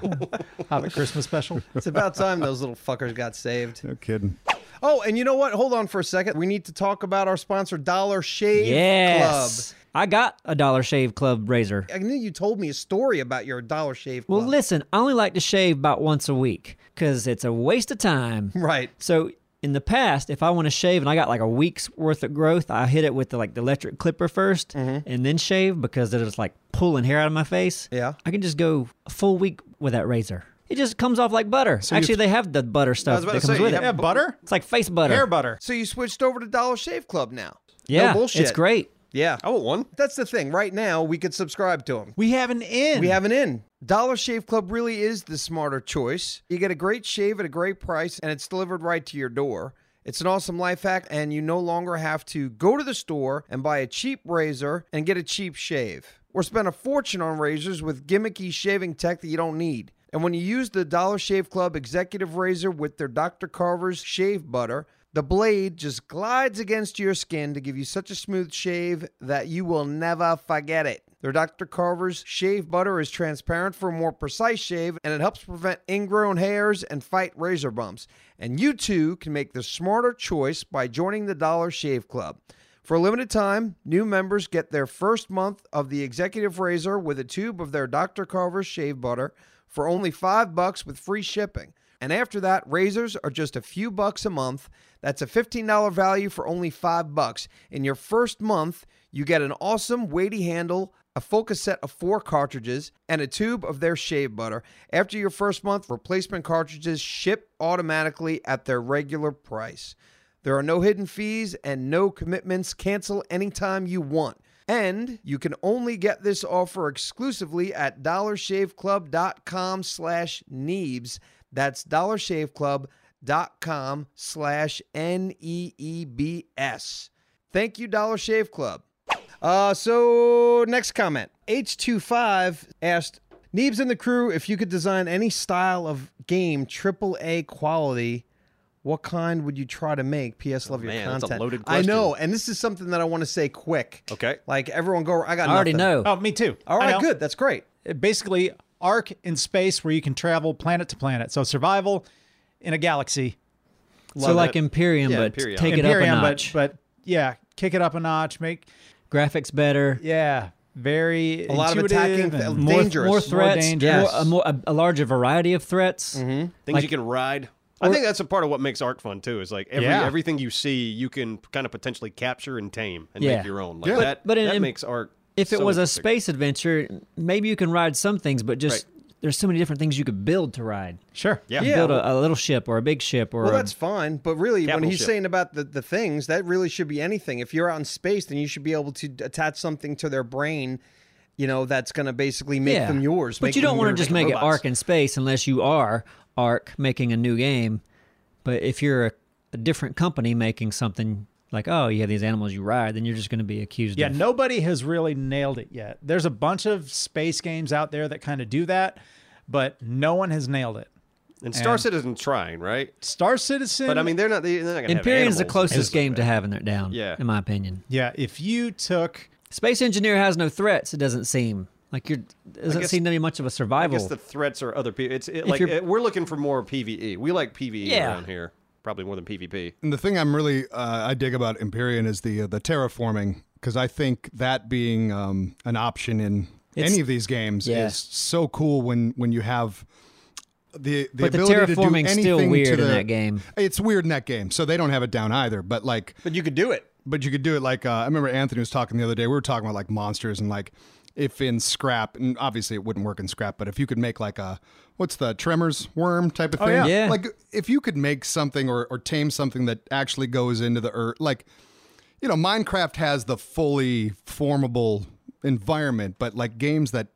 S4: Hobbit Christmas special.
S1: It's about time those little fuckers got saved.
S3: No kidding.
S1: Oh, and you know what? Hold on for a second. We need to talk about our sponsor, Dollar Shave
S2: Yes. I got a Dollar Shave Club razor.
S1: Club. I knew you told me a story about your Dollar Shave
S2: Well,
S1: Club.
S2: listen, I only like to shave about once a week because it's a waste of time.
S1: right.
S2: So in the past, if I want to shave and I got like a week's worth of growth, I hit it with the, like the electric clipper 1st and then shave because it was like pulling hair out of my face.
S1: Yeah.
S2: I can just go a full week with that razor. It just comes off like butter. Actually, they have the butter stuff
S5: about
S2: that
S5: to
S2: comes
S5: say,
S2: with
S5: you
S2: it.
S4: Yeah, butter,
S2: It's like face butter.
S4: hair butter.
S1: So you switched over to Dollar Shave Club now.
S2: Yeah,
S1: No bullshit.
S2: it's great.
S1: Yeah.
S5: I want one.
S1: That's the thing. Right now, we could subscribe to them.
S4: We have an in.
S1: We have an in. Dollar Shave Club really is the smarter choice. You get a great shave at a great price, and it's delivered right to your door. It's an awesome life hack, and you no longer have to go to the store and buy a cheap razor and get a cheap shave, or spend a fortune on razors with gimmicky shaving tech that you don't need. And when you use the Dollar Shave Club Executive Razor with their Dr. Carver's shave butter, the blade just glides against your skin to give you such a smooth shave that you will never forget it. Their Dr. Carver's shave butter is transparent for a more precise shave and it helps prevent ingrown hairs and fight razor bumps. And you too can make the smarter choice by joining the Dollar Shave Club. For a limited time, new members get their first month of the executive razor with a tube of their Dr. Carver's shave butter for only five bucks with free shipping. And after that, razors are just a few bucks a month. That's a $15 value for only five bucks. In your first month, you get an awesome weighty handle, a focus set of four cartridges, and a tube of their shave butter. After your first month, replacement cartridges ship automatically at their regular price. There are no hidden fees and no commitments. Cancel anytime you want. And you can only get this offer exclusively at dollarshaveclub.com slash E Neebs. That's dollarshaveclub.com slash E N-E-E-B-S. Thank you, Dollar Shave Club. Uh, so next comment. H25 asked Neebs and the crew if you could design any style of game AAA quality, what kind would you try to make? PS love your
S5: Oh, man, that's a
S1: content.
S5: loaded
S1: I know,
S5: question.
S1: and this is something that I want to say quick.
S5: Okay.
S1: Like everyone go I got
S2: I already
S1: nothing.
S2: know.
S4: Oh, me too.
S1: All
S4: I
S1: right,
S4: know.
S1: good. That's great.
S4: Uh, basically arc in space where you can travel planet to planet. So survival in a galaxy.
S2: so like
S5: it.
S2: Imperium,
S5: Yeah,
S2: but
S5: Imperium.
S2: take it up
S4: Imperium,
S2: a
S4: but
S2: notch.
S4: but yeah, kick it up a notch. Make
S2: Graphics better.
S4: yeah, very
S1: A lot of attacking th-
S4: and
S2: More,
S1: dangerous.
S2: more threats.
S4: dangerous.
S1: Yes.
S2: More, a, more, a, a larger variety of threats.
S5: Things you can ride. I think that's a part of what makes art fun too. Is like every,
S4: Yeah.
S5: everything you see, you can kind of potentially capture and tame and
S2: Yeah.
S5: make your own. Like
S3: Yeah. But-
S5: that,
S2: but in-
S5: that
S2: in-
S5: makes art.
S2: if it
S5: so
S2: was a
S5: interesting.
S2: space adventure, maybe you can ride some things, but just there's so many different things you could build to ride.
S4: Sure.
S5: yeah,
S2: You build a, a little ship or a big ship or
S1: Well,
S2: a-
S1: that's fine, but really, when
S5: Capital
S1: he's
S5: ship.
S1: saying about the, the things, that really should be anything. If you're out in space, then you should be able to d- attach something to their brain, you know, that's going to basically make
S2: yeah.
S1: them yours.
S2: But
S1: make
S2: you don't
S1: them
S2: want to
S1: your-
S2: just make it
S5: robots.
S2: Ark in space unless you are Ark making a new game. But if you're a, a different company making something like oh you have these animals you ride, then you're just going to be accused.
S4: Yeah,
S2: of,
S4: nobody has really nailed it yet. There's a bunch of space games out there that kind of do that, but no one has nailed it.
S5: and Star
S4: and-
S5: Citizen trying right,
S4: Star Citizen.
S5: but I mean they're not. They're not gonna have
S2: Imperium's the
S5: animals.
S2: closest
S5: It's-
S2: game to having it down.
S5: Yeah.
S2: in my opinion,
S4: yeah, if you took
S2: space engineer has no threats. It doesn't seem like you're doesn't
S5: guess-
S2: seem to be much of a
S5: I
S2: survival.
S5: guess the threats are other people. It's it, like
S2: you're-
S5: it, we're looking for more PVE. E. We like PVE
S2: Yeah.
S5: around here. probably more than PvP.
S3: And the thing I'm really uh, I dig about Empyrean is the uh, the terraforming because I think that being um, an option in
S2: It's-
S3: any of these games
S2: Yeah.
S3: is so cool when when you have the the
S2: But the
S3: ability to do anything
S2: terraforming's still
S3: to
S2: weird
S3: the,
S2: in that game.
S3: It's weird in that game, so they don't have it down either. But like,
S5: But you could do it.
S3: but you could do it like uh, I remember Anthony was talking the other day. We were talking about like monsters and like if in scrap, and obviously it wouldn't work in scrap, but if you could make like a what's the tremors worm type of thing,
S2: yeah. Yeah.
S3: like if you could make something or or tame something that actually goes into the earth, like you know, Minecraft has the fully formable environment, but like games that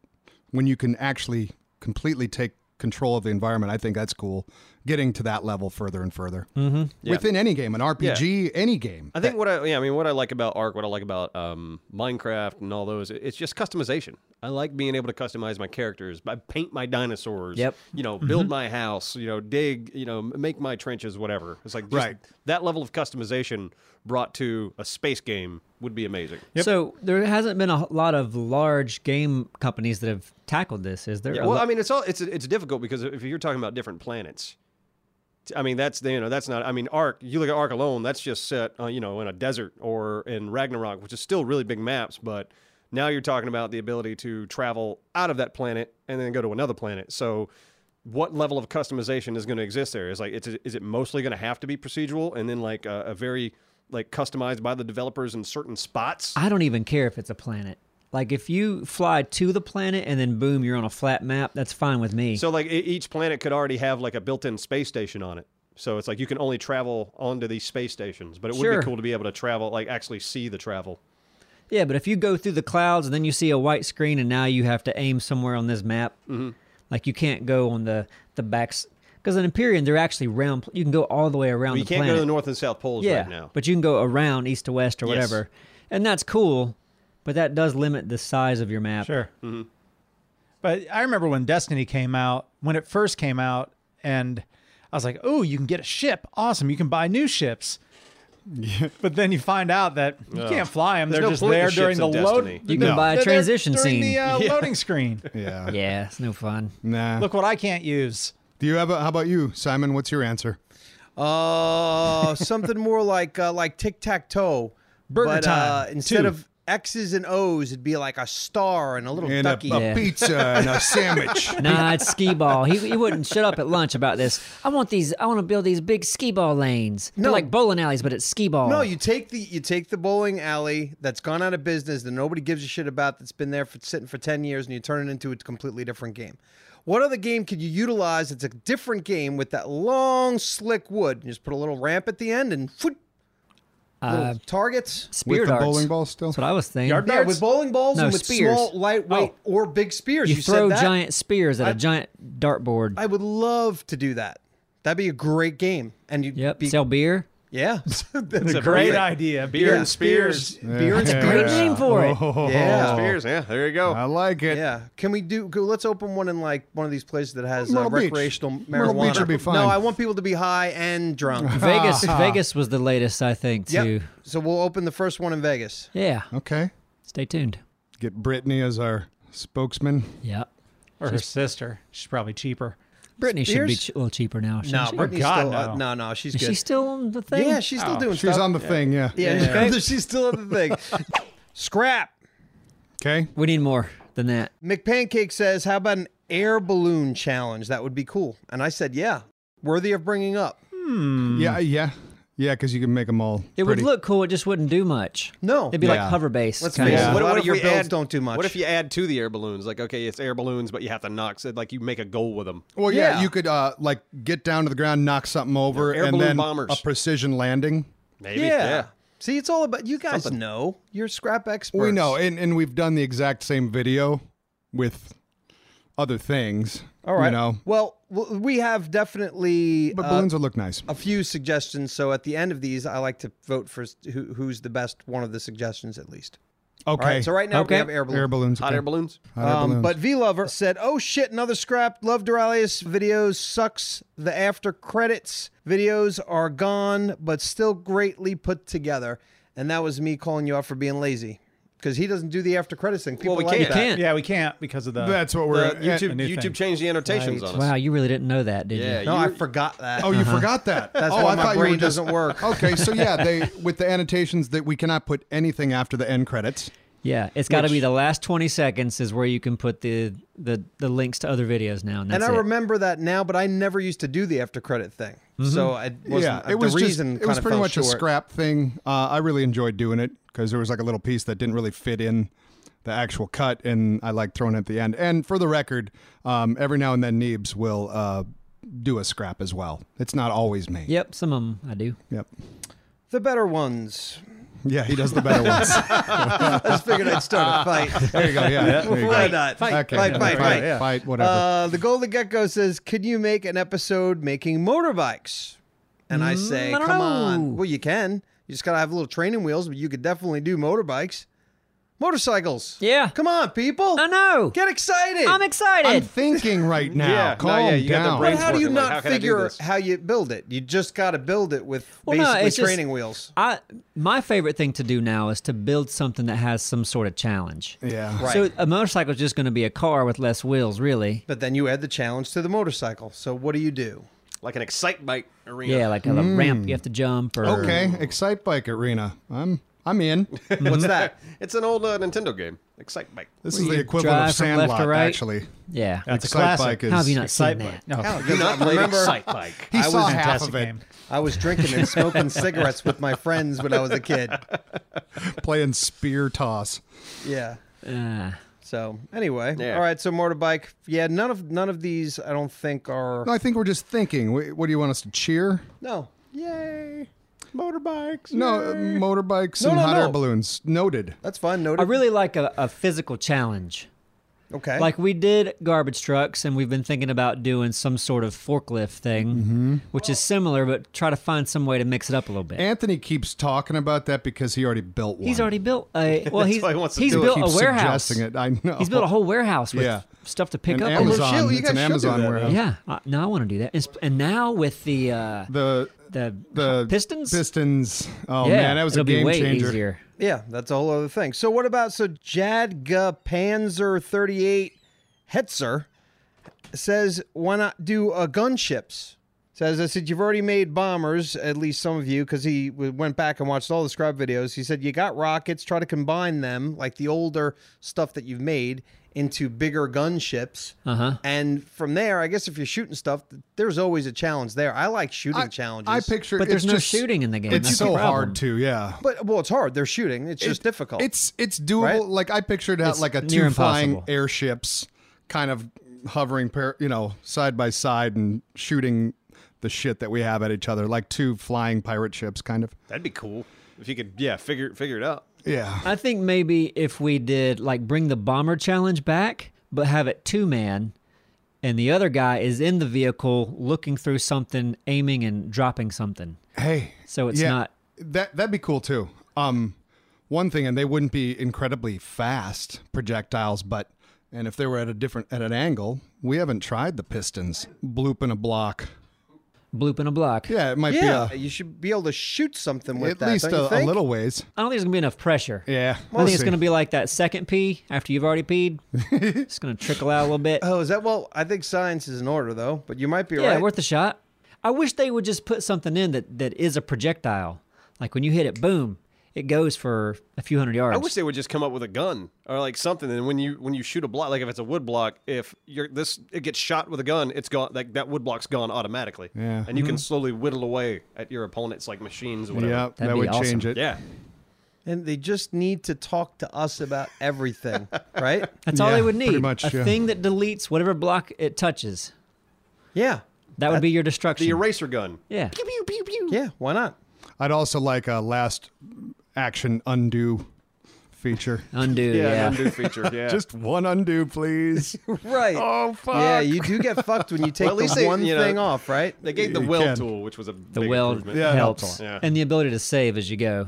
S3: when you can actually completely take control of the environment, I think that's cool. Getting to that level further and further mm-hmm. within any game, an RPG, any game.
S5: I think what I yeah, I mean what I like about Ark, what I like about um, Minecraft and all those, it- it's just customization. I like being able to customize my characters. I paint my dinosaurs.
S2: Yep.
S5: You know, build my house. You know, dig. You know, m- make my trenches. Whatever. It's like just
S3: Right.
S5: that level of customization brought to a space game would be amazing.
S2: So there hasn't been a h- lot of large game companies that have tackled this, is there?
S5: Yeah,
S2: A
S5: well,
S2: lo-
S5: I mean, it's all it's it's difficult because if you're talking about different planets, t- I mean that's you know that's not I mean Ark. You look at Ark alone, that's just set uh, you know in a desert or in Ragnarok, which is still really big maps, but now you're talking about the ability to travel out of that planet and then go to another planet. So what level of customization is going to exist there? Is like it's is it mostly going to have to be procedural and then like a, a very like customized by the developers in certain spots?
S2: I don't even care if it's a planet. Like if you fly to the planet and then boom, you're on a flat map. That's fine with me.
S5: So like e- each planet could already have like a built-in space station on it. So it's like you can only travel onto these space stations, but it would
S2: Sure.
S5: be cool to be able to travel, like actually see the travel.
S2: yeah, but if you go through the clouds and then you see a white screen and now you have to aim somewhere on this map,
S5: Mm-hmm.
S2: like you can't go on the the backs because in Empyrean they're actually round. pl- You can go all the way around.
S5: But you
S2: the
S5: can't
S2: planet.
S5: go to the north and south poles
S2: yeah,
S5: right now.
S2: but you can go around east to west or
S5: Yes.
S2: whatever, and that's cool. But that does limit the size of your map.
S4: Sure.
S3: Mm-hmm.
S4: But I remember when Destiny came out, when it first came out, and I was like, oh, you can get a ship. Awesome. You can buy new ships. But then you find out that you can't fly them. They're
S5: no
S4: just
S5: point in
S4: there
S5: ships
S4: during the
S5: in
S4: load.
S5: Destiny.
S2: You can
S3: No.
S2: buy
S4: they're
S2: a
S4: there
S2: transition
S4: during
S2: scene.
S4: the uh, loading screen.
S3: Yeah.
S2: yeah, it's no fun.
S3: Nah.
S4: Look what I can't use.
S3: Do you have a, how about you, Simon? What's your answer?
S1: Uh, something more like uh, like tic tac toe.
S4: Burger
S1: but,
S4: time,
S1: Uh, instead
S4: two.
S1: of X's and O's, it'd be like a star and a little
S3: And a,
S1: ducky.
S3: a
S2: Yeah.
S3: pizza and a sandwich.
S2: Nah, it's skee ball. He, he wouldn't shut up at lunch about this. I want these. I want to build these big skee ball lanes. They're
S1: No.
S2: like bowling alleys, but it's skee ball.
S1: No, you take the you take the bowling alley that's gone out of business that nobody gives a shit about that's been there for sitting for ten years and you turn it into a completely different game. What other game could you utilize that's a different game with that long slick wood? You just put a little ramp at the end and whoop, little targets.
S2: spirit
S3: With the
S2: arts.
S3: bowling ball still?
S2: That's what I was thinking.
S4: Yard
S1: Yeah,
S4: darts?
S1: with bowling balls
S2: No,
S1: and with
S2: spears.
S1: small, lightweight, or big spears.
S2: you,
S1: You,
S2: throw
S1: said that.
S2: giant spears at a giant dartboard.
S1: I would love to do that. That'd be a great game. And you'd
S2: yep.
S1: be
S2: Sell beer.
S1: yeah, that's a
S4: Great
S5: Beer-
S4: idea.
S5: Beer
S1: Yeah.
S5: and spears.
S1: Beer and
S3: Yeah. Oh,
S2: Great name for it.
S1: Yeah.
S5: Spears, yeah, there you go.
S3: I like it.
S1: Yeah. Can we do? go- Let's open one in like one of these places that has uh,
S3: Myrtle Beach.
S1: recreational
S3: Myrtle
S1: marijuana.
S3: Beach would be fine.
S1: No, I want people to be high and drunk.
S2: Vegas. Vegas was the latest, I think. Too.
S1: Ah. yep. So we'll open the first one in Vegas.
S2: Yeah.
S3: Okay.
S2: Stay tuned.
S3: Get Brittany as our spokesman.
S2: Yep.
S4: Or her sister. She's probably cheaper.
S2: Brittany should be
S1: Spears?
S2: ch- a little cheaper now. shouldn't
S1: No,
S2: she?
S1: Brittany's
S4: God,
S1: still uh,
S4: no.
S1: no, no, she's
S2: Is
S1: good.
S2: she still on the thing?
S1: yeah, she's still doing
S3: Oh, She's
S1: stuff.
S3: on the thing, yeah.
S1: yeah,
S4: Yeah.
S1: she's- she's still on the thing. Scrap.
S3: Okay.
S2: We need more than that.
S1: McPancake says, "How about an air balloon challenge? That would be cool." And I said, "Yeah, worthy of bringing up."
S3: Yeah, yeah. Yeah, because you can make them all.
S2: It would
S3: pretty.
S2: look cool. It just wouldn't do much.
S1: No.
S2: It'd be
S3: Yeah.
S2: like hover base.
S1: Let's
S2: kinda.
S1: face it.
S5: What,
S1: A lot
S5: what
S1: of
S5: if
S1: your
S5: you
S1: builds
S5: add-
S1: don't do much.
S5: What if you add to the air balloons? Like, okay, it's air balloons, but you have to knock, so, like, you make a goal with them.
S3: Well, yeah,
S1: Yeah.
S3: you could uh, like get down to the ground, knock something over,
S5: air
S3: and
S5: balloon
S3: then
S5: bombers.
S3: a precision landing.
S5: Maybe.
S1: See, it's all about you guys know. You're scrap experts.
S3: We know, and, and we've done the exact same video with other things.
S1: All right.
S3: You know,
S1: Well, w- we have definitely
S3: but
S1: uh,
S3: balloons would look nice.
S1: a few suggestions. So at the end of these, I like to vote for s- who, who's the best one of the suggestions at least.
S3: Okay.
S1: All right. So right now
S2: Okay.
S1: we have air balloon.
S3: air balloons.
S5: Hot
S3: okay.
S5: air balloons?
S3: Hot air
S1: Um,
S3: balloons.
S1: but V Lover said, "Oh shit, another scrap. Love Duralius videos sucks. The after credits videos are gone, but still greatly put together." And that was me calling you out for being lazy. because he doesn't do the after credits thing. People
S5: we
S1: like
S5: can't.
S1: that.
S2: You can't.
S4: Yeah, we can't because of the.
S3: That's what
S5: The
S3: we're
S5: uh, YouTube
S4: a new
S5: YouTube
S4: thing.
S5: changed the annotations on us.
S2: Wow, you really didn't know that, did
S5: Yeah,
S2: you?
S1: No,
S5: you-
S1: I forgot that.
S3: Oh, you forgot that.
S1: Uh-huh. That's
S3: oh,
S1: why
S3: I
S1: my
S3: thought you were
S1: brain
S3: just- Oh,
S1: doesn't work.
S3: Okay, so yeah, they with the annotations that we cannot put anything after the end credits.
S2: Yeah, it's got to be the last 20 seconds is where you can put the the, the links to other videos now. And,
S1: and
S2: that's
S1: I
S2: it.
S1: remember that now, but I never used to do the after credit thing. So I wasn't,
S3: Mm-hmm. yeah, it was
S1: the
S3: just
S1: reason
S3: it was
S1: kinda
S3: pretty
S1: fell
S3: much a
S1: short.
S3: scrap thing. Uh, I really enjoyed doing it because there was like a little piece that didn't really fit in the actual cut, and I like throwing it at the end. And for the record, um, every now and then Neebs will uh, do a scrap as well. It's not always me.
S2: Yep, some of them I do.
S3: Yep.
S1: The better ones.
S3: Yeah, he does the better ones.
S1: I just figured I'd start a fight.
S3: There you go. Yeah. there you go.
S1: Why not?
S3: Okay.
S1: fight,
S3: yeah,
S1: fight,
S3: fight,
S1: fight. Yeah.
S3: fight, whatever.
S1: Uh, the Golden Gecko says, "Could you make an episode making motorbikes?" And I say,
S2: Mm, I don't
S1: "Come on,
S2: know."
S1: well you can. You just gotta have little training wheels, but you could definitely do motorbikes, motorcycles.
S2: Yeah.
S1: come on, people.
S2: I know.
S1: Get excited.
S2: I'm
S3: I'm
S2: excited.
S3: thinking right now.
S5: Yeah, no,
S3: Calm
S5: yeah, you got the
S3: down.
S5: brain-
S1: But how do you
S5: Working, like,
S1: not
S5: how can I do
S1: figure
S5: this?
S1: how you build it? You just gotta build it with
S2: Well, no,
S1: basically
S2: it's just-
S1: training wheels.
S2: I my favorite thing to do now is to build something that has some sort of challenge.
S3: yeah.
S1: Right.
S2: So a motorcycle is just going to be a car with less wheels, really.
S1: But then you add the challenge to the motorcycle. So what do you do?
S5: Like an excite bike arena.
S2: Yeah, like a
S1: Mm.
S2: little ramp you have to jump or
S3: Okay. Excite Bike Arena. I'm I'm in.
S2: mm-hmm.
S1: What's that?
S5: It's an old uh, Nintendo game. Excite bike.
S3: This
S2: Well,
S3: is the
S2: you
S3: equivalent of
S2: drive from left to
S3: Sandlot,
S2: right.
S3: actually.
S2: Yeah.
S4: That's a
S3: Excite
S4: classic.
S3: Bike is-
S2: How have you not
S4: Excite
S2: seen
S4: Bike.
S2: that?
S4: No.
S5: You not played Excite Bike.
S3: He saw
S4: was in
S3: half
S4: Tessie
S3: of it
S4: game.
S1: I was drinking and smoking cigarettes with my friends when I was a kid.
S3: playing spear toss.
S1: Yeah.
S2: Ah.
S1: So anyway,
S5: Yeah.
S1: all right. So motorbike, yeah. None of none of these, I don't think are.
S3: No, I think we're just thinking. Wh- What do you want us to cheer?
S1: No. Yay.
S5: Motorbikes.
S3: No, uh, motorbikes
S1: No,
S3: and
S1: no,
S3: hot air
S1: no.
S3: balloons. Noted.
S1: That's fine.
S2: I
S1: Noted.
S2: really like a, a physical challenge.
S1: okay.
S2: Like we did garbage trucks, and we've been thinking about doing some sort of forklift thing, which is similar, but try to find some way to mix it up a little bit.
S3: Anthony keeps talking about that because he already built one.
S2: he's already built a well. he's
S5: why he wants to
S2: he's
S5: do it.
S2: built
S3: keeps
S2: a warehouse.
S3: suggesting it. I know.
S2: He's built a whole warehouse with
S3: Yeah.
S2: stuff to pick
S3: An
S2: up. and-
S3: Amazon.
S1: Well, shit, you guys
S3: it's an
S1: should do
S3: Amazon
S1: that.
S3: warehouse.
S2: Yeah, uh, no, I want to do that. And, sp- and now with the uh,
S3: The
S2: the
S3: the
S2: Pistons?
S3: Pistons. Oh
S2: yeah,
S3: man, that was
S2: it'll
S3: a game
S2: be way
S3: changer.
S2: easier.
S1: yeah, that's a whole other thing. So what about so Jadga Panzer thirty eight Hetzer says why not do uh, gunships? Says I said you've already made bombers, at least some of you, because he w- went back and watched all the scribe videos. He said you got rockets, try to combine them like the older stuff that you've made into bigger gunships.
S2: Uh
S3: Uh-huh.
S2: huh.
S1: And from there, I guess if you're shooting stuff, th- there's always a challenge there. I like shooting
S3: I,
S1: challenges.
S3: I picture,
S2: But there's
S3: it's
S2: no
S3: just-
S2: shooting in the game.
S3: It's
S2: That's the
S3: so
S2: problem.
S3: hard to, yeah.
S1: but well, it's hard. They're shooting. It's just difficult.
S3: It's it's doable.
S1: Oh. Right?
S3: Like I pictured out
S2: It's
S3: like a
S2: near
S3: two flying
S2: impossible.
S3: airships, kind of hovering, par- you know, side by side and shooting the shit that we have at each other, like two flying pirate ships, kind of.
S5: That'd be cool if you could. Yeah, figure figure it out.
S3: Yeah,
S2: I think maybe if we did like bring the bomber challenge back, but have it two man, and the other guy is in the vehicle looking through something, aiming and dropping something.
S3: Hey,
S2: So it's not-
S3: that that'd be cool too. Um, one thing, and they wouldn't be incredibly fast projectiles, but and if they were at a different at an angle, we haven't tried the pistons blooping a block.
S2: Bloop in a block.
S3: Yeah, it might
S1: yeah,
S3: be
S1: you should be able to shoot something
S3: a,
S1: with
S3: at
S1: that.
S3: least
S1: don't you
S3: a, a
S1: think?
S3: little ways.
S2: I don't think there's gonna be enough pressure.
S3: Yeah,
S2: I
S3: we'll
S2: think it's
S3: see.
S2: gonna be like that second pee after you've already peed. it's gonna trickle out a little bit.
S1: Oh, is that well? I think science is in order though, but you might be
S2: Yeah,
S1: right.
S2: worth a shot. I wish they would just put something in that that is a projectile. Like when you hit it, boom, it goes for a few hundred yards.
S5: I wish they would just come up with a gun or like something. And when you when you shoot a block, like if it's a wood block, if you're this, it gets shot with a gun. It's gone. Like that wood block's gone automatically.
S3: Yeah. Mm-hmm.
S5: And you can slowly whittle away at your opponent's like machines or whatever.
S3: Yeah,
S2: That'd
S3: that
S2: be
S3: would
S2: awesome.
S3: change it.
S5: Yeah.
S1: and they just need to talk to us about everything, right?
S2: That's all they
S3: Yeah,
S2: would need.
S3: pretty much,
S2: a
S3: yeah.
S2: thing that deletes whatever block it touches.
S1: Yeah,
S2: That would be your destruction.
S5: The eraser gun.
S2: yeah.
S1: yeah. Why not?
S3: I'd also like a last action undo feature.
S2: Undo.
S5: Yeah.
S2: Uh, Yeah.
S5: Undo feature. Yeah.
S3: Just one undo, please.
S1: Right.
S3: Oh, fuck.
S1: Yeah, you do get fucked when you take
S5: at least
S1: the
S5: they-
S1: one
S5: you know-
S1: thing off, right?
S5: they gave the
S3: You
S5: weld
S3: can.
S5: tool, which was a
S2: The
S5: big
S2: weld
S5: improvement.
S3: Yeah, it helps
S2: helps.
S5: a lot. Yeah.
S2: And the ability to save as you go.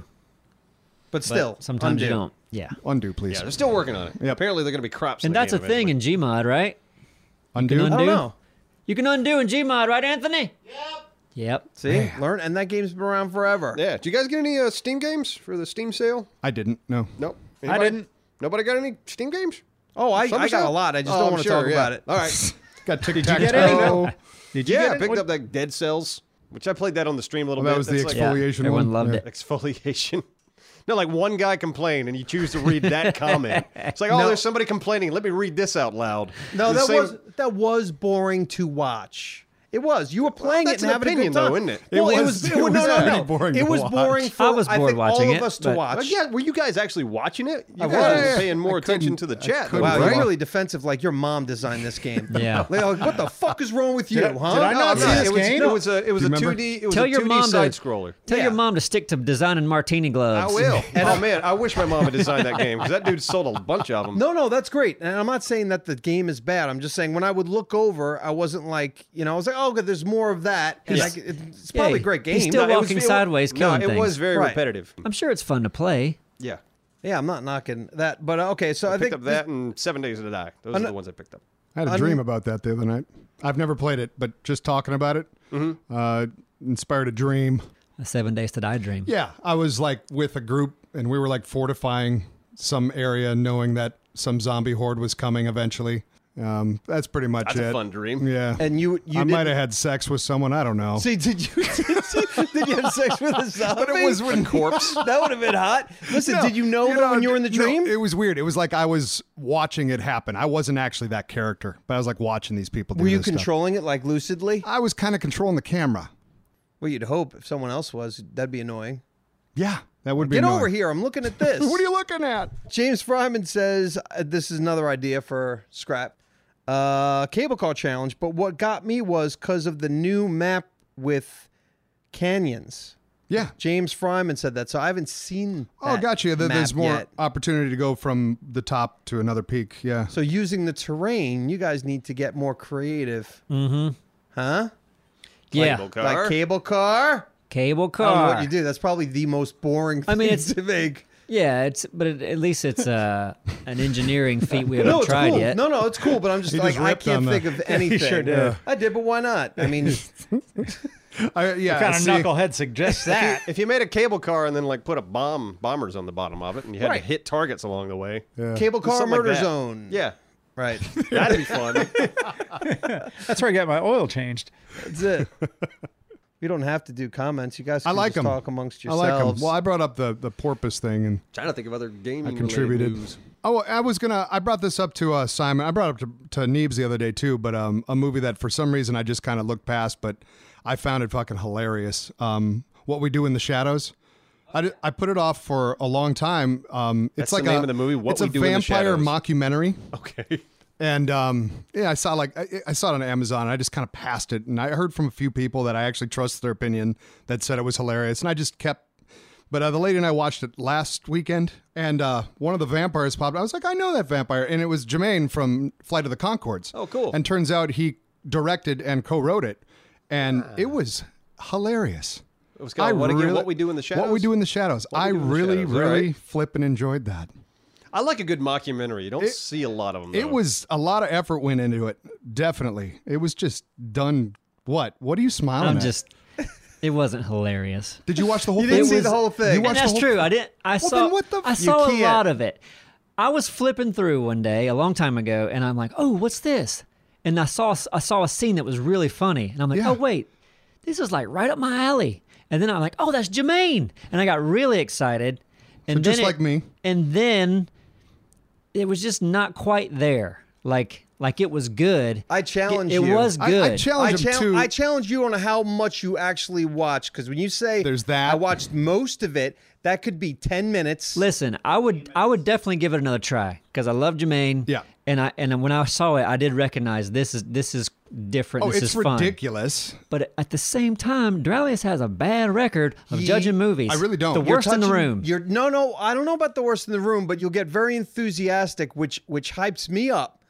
S1: But
S2: But
S1: still,
S2: sometimes you
S1: undo.
S2: don't. Yeah.
S3: Undo, please.
S5: Yeah, they're still working on it.
S3: Yep.
S5: Apparently, they're going to be crops. in
S2: And
S5: the
S2: that's a
S5: game
S2: thing
S5: eventually.
S2: in Gmod, right?
S3: undo.
S1: I
S2: undo.
S1: don't know.
S2: You can undo in Gmod, right, Anthony? Yep. Yep.
S1: See, learn, and that game's been around forever.
S5: Yeah. Do you guys get any uh, Steam games for the Steam sale?
S3: I didn't. No.
S5: Nope.
S4: I didn't.
S5: Nobody got any Steam games?
S1: Oh, I,
S5: Some
S1: I got
S5: stuff?
S1: a lot. I just
S5: Oh,
S1: don't
S5: I'm
S1: want to
S5: sure,
S1: talk
S5: yeah.
S1: about it.
S5: All right.
S3: Got Tic
S4: you
S3: Tac
S4: get any?
S3: Toe.
S4: Did you
S5: Yeah,
S4: get
S5: I
S4: it?
S5: picked
S4: What-
S5: up that Dead Cells, which I played that on the stream a little
S3: Well, that
S5: bit.
S3: was the
S5: That's like-
S2: Yeah,
S3: Exfoliation
S2: everyone
S3: one?
S2: loved
S3: Yeah.
S2: it.
S5: exfoliation. No, like one guy complained, and you choose to read that comment. It's like, oh, there's somebody complaining. Let me read this out loud.
S1: No,
S5: The
S1: that
S5: same-
S1: was that was boring to watch. It was. You were playing
S5: that's
S1: it and having
S5: an opinion,
S1: a good time.
S5: though, isn't it?
S1: Well,
S3: It
S1: it
S3: was-
S1: was.
S3: it was
S1: no, no,
S3: pretty
S1: no.
S3: boring
S1: it
S3: to
S1: was
S3: watch.
S1: boring for
S2: I was bored
S1: think,
S2: watching
S1: all of
S2: it,
S1: us to
S2: but-
S1: watch.
S5: But yeah, were you guys actually watching it? You
S1: I
S5: guys
S1: was.
S5: were paying more
S3: I
S5: attention to
S3: couldn't-
S5: the
S3: I
S5: chat.
S3: couldn't
S5: though.
S1: Wow,
S3: Right.
S1: you're really defensive. Like your mom designed this game.
S2: Yeah.
S1: Like, what the fuck is wrong with you, huh?
S4: did I not
S5: I'm
S4: see this
S5: it was,
S4: game?
S5: It was a it was
S3: Do
S5: a
S3: you remember?
S5: 2D. It was
S2: Tell
S5: a
S2: your
S5: 2D
S2: mom to-
S5: side scroller.
S2: Tell
S1: Yeah.
S2: your mom to stick to designing martini
S5: I
S2: gloves.
S5: will. oh man, I wish my mom had designed that game because that dude sold a bunch of them.
S1: No, no, that's great. And I'm not saying that the game is bad. I'm just saying when I would look over, I wasn't like, you know, I was like, oh, okay, there's more of that. And
S2: Yeah.
S1: I c- it's probably a
S2: Yeah,
S1: great game.
S2: he's still
S1: but it was-
S2: walking
S1: it was-
S2: sideways,
S5: no,
S2: killing
S5: it
S2: things.
S5: was very
S1: Right.
S5: repetitive.
S2: I'm sure it's fun to play.
S5: Yeah,
S1: Yeah, I'm not knocking that. But uh, okay, so I,
S5: I picked
S1: think
S5: up that and Seven Days to Die. Those are the ones I picked up.
S3: I had a dream about that the other night. I've never played it, but just talking about it uh, inspired a dream.
S2: A seven days to die dream.
S3: Yeah, I was like with a group, and we were like fortifying some area, knowing that some zombie horde was coming eventually. Um, that's pretty much
S5: That's
S3: it.
S5: a fun dream.
S3: Yeah,
S1: and you you
S3: I might
S1: didn't-
S3: have had sex with someone. I don't know.
S1: See, did you did you have sex with a zombie?
S3: it was with a corpse.
S1: that would have been hot. Listen,
S3: No,
S1: did you know, that when you were in the
S3: no,
S1: dream?
S3: it was weird. It was like I was watching it happen. I wasn't actually that character, but I was like watching these people. Do
S1: were you
S3: this stuff.
S1: controlling it like lucidly?
S3: I was kind of controlling the camera.
S1: Well, you'd hope if someone else was, that'd be annoying.
S3: Yeah, that would be.
S1: Get
S3: annoying.
S1: over here! I'm looking at this.
S3: What are you looking at?
S1: James Fryman says uh, this is another idea for scrap uh, cable car challenge. But what got me was because of the new map with canyons.
S3: Yeah.
S1: James Fryman said that, so I haven't seen.
S3: Oh,
S1: that
S3: gotcha. There- There's
S1: map
S3: more
S1: yet.
S3: opportunity to go from the top to another peak. Yeah.
S1: So using the terrain, you guys need to get more creative. Huh?
S2: Yeah.
S5: Cable
S1: Like cable car.
S2: Cable
S1: I don't know
S2: car.
S1: what Oh, you do. That's probably the most boring. Thing
S2: I mean, it's-
S1: to make.
S2: Yeah, it's but it, at least it's uh, an engineering feat we haven't
S1: No, it's
S2: tried
S1: cool.
S2: yet.
S1: No, no, it's cool. But I'm just
S3: He
S1: like
S3: just
S1: I
S3: ripped
S1: can't
S3: on
S1: think
S3: the-
S1: of anything.
S4: sure did.
S1: I did, but why not? I mean,
S3: I, yeah.
S4: kind
S3: I
S4: of
S3: see.
S4: knucklehead suggests
S5: If
S4: that.
S5: you- if you made a cable car and then like put a bomb bombers on the bottom of it and you had
S1: Right.
S5: to hit targets along the way.
S3: Yeah.
S1: cable car
S5: Something like
S1: murder
S5: that.
S1: zone.
S5: Yeah.
S1: right.
S5: That'd be fun.
S4: That's where I got my oil changed.
S1: That's it. You don't have to do comments. You guys
S3: I
S1: can
S3: like
S1: just
S3: them.
S1: talk amongst
S3: I like them.
S1: yourselves.
S3: Well, I brought up the the porpoise thing and
S5: Trying to think of other game.
S3: I contributed. Oh, I was gonna. I brought this up to uh, Simon. I brought it up to, to Neebs the other day too. But um, a movie that for some reason I just kind of looked past, but I found it fucking hilarious. Um, what we do in the shadows. I, did- I put it off for a long time. Um, it's
S5: That's
S3: like
S5: the name
S3: a,
S5: of the movie, What
S3: it's
S5: We
S3: a
S5: Do in the
S3: vampire
S5: Shadows.
S3: mockumentary.
S5: Okay.
S3: And um, yeah, I saw like I, I saw it on Amazon. And I just kind of passed it, and I heard from a few people that I actually trust their opinion that said it was hilarious, and I just kept. But uh, the lady and I watched it last weekend, and uh, one of the vampires popped. I was like, I know that vampire, and it was Jermaine from Flight of the Concords.
S5: Oh, cool.
S3: And turns out he directed and co-wrote it, and it was hilarious. It
S5: Ah. was called what again? What We Do in the
S3: What we
S5: Shadows?
S3: do in the shadows.
S5: We
S3: I
S5: Do in the
S3: really,
S5: Shadows, all
S3: really
S5: right.
S3: flip and enjoyed that.
S5: I like a good mockumentary. You don't see a lot of them.
S3: It was a lot of effort went into it. Definitely, it was just done. What? What are you smiling
S2: I'm
S3: at?
S2: just. It wasn't hilarious.
S3: Did you watch the whole
S1: You
S3: thing?
S1: didn't see
S2: was-
S1: the whole thing.
S3: You
S2: And
S3: watched
S2: that's
S3: the whole
S2: true. I didn't. I saw.
S3: then what the f-
S2: I
S3: You
S2: saw a
S1: can't.
S2: lot of it. I was flipping through one day a long time ago, and I'm like, "Oh, what's this?" And I saw I saw a scene that was really funny, and I'm like,
S3: Yeah.
S2: "Oh, wait, this is like right up my alley." And then I'm like, "Oh, that's Jermaine," and I got really excited. And
S3: just
S2: then it-
S3: like me.
S2: And then it was just not quite there. Like like it was good.
S1: I challenge
S2: it,
S1: you.
S2: It was
S3: I- I
S2: good.
S3: challenge-
S1: I,
S3: him
S1: chal-
S3: to-
S1: I challenge you on how much you actually watch because when you say
S3: There's that.
S1: I watched most of it, that could be ten minutes.
S2: Listen, I would I would definitely give it another try because I love Jermaine.
S3: Yeah.
S2: And I and when I saw it, I did recognize this is this is different.
S3: Oh,
S2: this
S3: it's
S2: is fun.
S3: ridiculous.
S2: But at the same time, Duralius has a bad record of
S1: He-
S2: judging movies.
S3: I really don't.
S2: The
S3: You're
S2: worst in the
S1: touching-
S2: room.
S1: You're no, no. I don't know about the worst in the room, but you'll get very enthusiastic, which which hypes me up,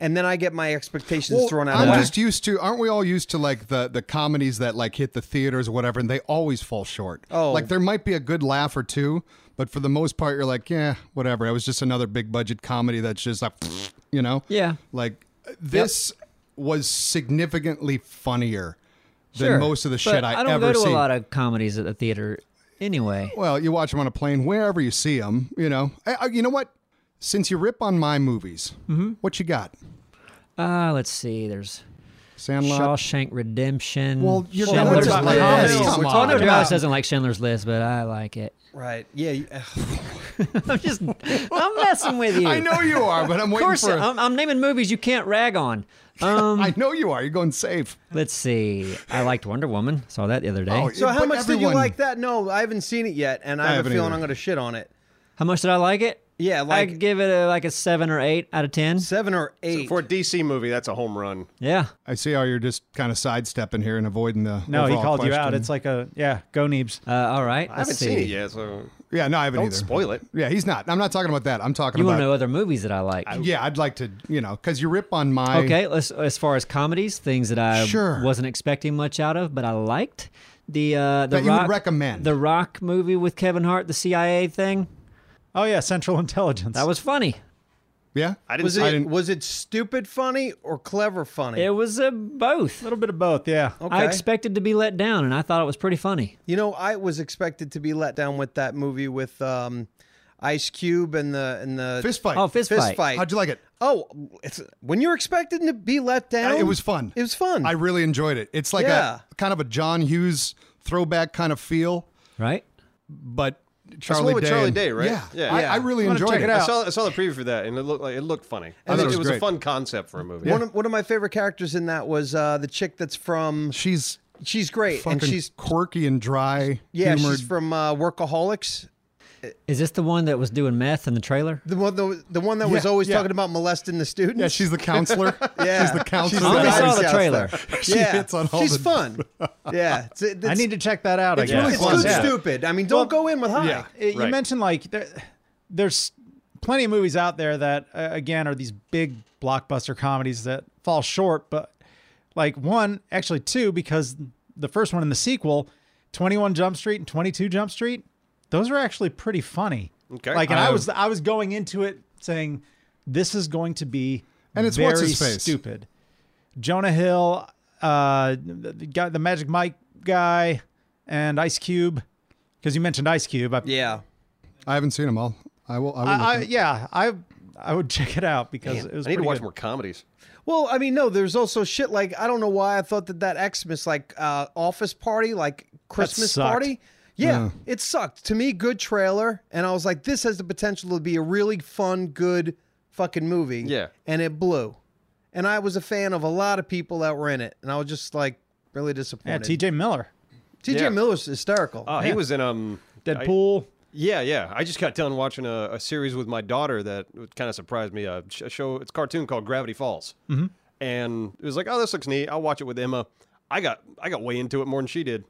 S1: and then I get my expectations thrown out.
S3: I'm
S1: of whack.
S3: just used to. Aren't we all used to like the the comedies that like hit the theaters or whatever, and they always fall short.
S1: Oh.
S3: like there might be a good laugh or two, but for the most part, you're like, yeah, whatever. It was just another big budget comedy that's just like, you know,
S2: Yeah.
S3: Like this was significantly funnier than
S2: Sure.
S3: most of the
S2: But
S3: shit I,
S2: don't
S3: ever
S2: go to
S3: seen.
S2: a lot of comedies at the theater Anyway,
S3: Well, you watch them on a plane wherever you see them. You know, I, I- you know what? Since you rip on my movies,
S1: Mm-hmm.
S3: what you got?
S2: uh, let's see. There's
S3: Sandlot.
S2: Shawshank Redemption.
S3: Well, you're
S5: Well,
S2: Schindler's
S5: what about
S2: List.
S5: comedies?
S3: Come
S2: Oh, I know
S3: on.
S2: Travis doesn't like Schindler's List, but I like it.
S1: Right. Yeah. you- ugh.
S2: I'm just, I'm messing with you.
S3: I know you are, but I'm
S2: Of
S3: waiting
S2: course,
S3: for.
S2: I'm, I'm naming movies you can't rag on. Um,
S3: I know you are. You're going safe.
S2: Let's see. I liked Wonder Woman. Saw that the other day.
S3: Oh,
S1: So how
S3: but
S1: much did you
S3: everyone-
S1: like that? No, I haven't seen it yet, and I, have a
S3: haven't
S1: feeling
S3: either.
S1: I'm going to shit on it.
S2: How much did I like it?
S1: Yeah,
S2: I
S1: like
S2: give it a, like a seven or eight out of ten.
S1: seven or eight.
S5: For a DC movie, that's a home run.
S2: Yeah.
S3: I see how you're just kind of sidestepping here and avoiding the.
S4: No, he
S3: overall
S4: called you out.
S3: question.
S4: It's like a yeah, go Neebs.
S2: Uh, all right.
S5: I haven't
S2: let's see.
S5: seen it yet, so
S3: yeah, no, I haven't
S5: don't
S3: either.
S5: spoil it.
S3: Yeah, he's not. I'm not talking about that. I'm talking
S2: You want
S3: about.
S2: to know other movies that I like?
S3: Yeah, I'd like to. You know, because you rip on my.
S2: okay. Let's, as far as comedies, things that I
S3: Sure.
S2: wasn't expecting much out of, but I liked the uh, the
S3: That you would
S2: Rock
S3: recommend.
S2: the Rock movie with Kevin Hart, the CIA thing.
S4: Oh yeah, Central Intelligence.
S2: That was funny.
S3: Yeah.
S5: I didn't
S1: was
S5: see
S1: it
S5: it.
S1: was it stupid funny or clever funny?
S2: It was uh, both.
S4: a little bit of both. Yeah.
S2: I
S1: Okay.
S2: expected to be let down, and I thought it was pretty funny.
S1: you know, I was expected to be let down with that movie with um, Ice Cube and the and the
S3: Fist fight.
S2: Oh, fist,
S1: fist
S2: fight.
S1: fight.
S3: How'd you like it?
S1: Oh, it's when you're expected to be let down.
S3: Uh, it was fun.
S1: It was fun.
S3: I really enjoyed it. It's like
S1: Yeah.
S3: a kind of a John Hughes throwback kind of feel,
S2: Right?
S3: but
S5: the
S3: Charlie
S5: one with
S3: Day.
S5: Charlie
S3: and-
S5: Day, right?
S3: Yeah,
S5: Yeah.
S3: I,
S1: Yeah.
S3: I really
S4: I'm gonna
S3: enjoyed
S4: check
S3: it.
S4: it
S5: I
S4: out.
S5: saw I saw the preview for that, and it looked like it looked funny. I
S3: thought
S5: think
S3: it was
S5: it was a
S3: great.
S5: fun concept for a movie.
S1: one, of, one of my favorite characters in that was uh, the chick that's from.
S3: She's
S1: She's great,
S3: fucking
S1: and she's
S3: quirky and dry.
S1: yeah,
S3: humored.
S1: she's from uh, Workaholics.
S2: Is this the one that was doing meth in the trailer?
S1: The one, the, the one that was
S3: Yeah,
S1: always
S3: yeah.
S1: talking about molesting the students.
S3: yeah, she's the counselor.
S1: Yeah.
S3: she's the counselor.
S1: She's the
S2: I only
S1: Iris
S2: saw the
S1: house
S2: trailer.
S1: there.
S3: She
S1: yeah.
S3: hits on all
S1: She's
S3: the-
S1: fun. Yeah. It's, it's,
S4: I need to check that out.
S1: It's
S4: I guess.
S1: really
S3: It's
S1: good
S3: Yeah.
S1: stupid. I mean, don't go in with high.
S3: yeah.
S4: Uh, You
S5: Right.
S4: mentioned like there, there's plenty of movies out there that uh, again are these big blockbuster comedies that fall short, but like one, actually two, because the first one in the sequel, 21 Jump Street and 22 Jump Street, those are actually pretty funny.
S5: Okay.
S4: Like, and I
S3: Um,
S4: was I was going into it saying this is going to be
S3: And it's
S4: very
S3: what's his face?
S4: stupid. Jonah Hill, uh, the the guy, the Magic Mike guy, and Ice Cube. Because you mentioned Ice Cube, I,
S1: Yeah.
S3: I haven't seen them all. I will. I will.
S4: I, I,
S3: look
S4: yeah, I I would check it out because it was.
S5: I need to
S4: pretty
S5: watch
S4: good.
S5: more comedies.
S1: Well, I mean, no, there's also shit like I don't know why I thought that that Xmas like uh, office party, like Christmas
S4: sucked.
S1: party. Yeah, it sucked. To me, good trailer, and I was like, this has the potential to be a really fun, good fucking movie.
S5: Yeah.
S1: and it blew. And I was a fan of a lot of people that were in it, and I was just like really disappointed.
S4: Yeah, T.J. Miller,
S1: T.J.
S5: Yeah.
S1: Miller's hysterical.
S5: Oh, he was in um I-
S4: Deadpool.
S5: Yeah, yeah. I just got done watching a, a series with my daughter that kind of surprised me. A, sh- a show, it's a cartoon called Gravity Falls, mm-hmm. and it was like, oh, this looks neat. I'll watch it with Emma. I got I got way into it more than she did.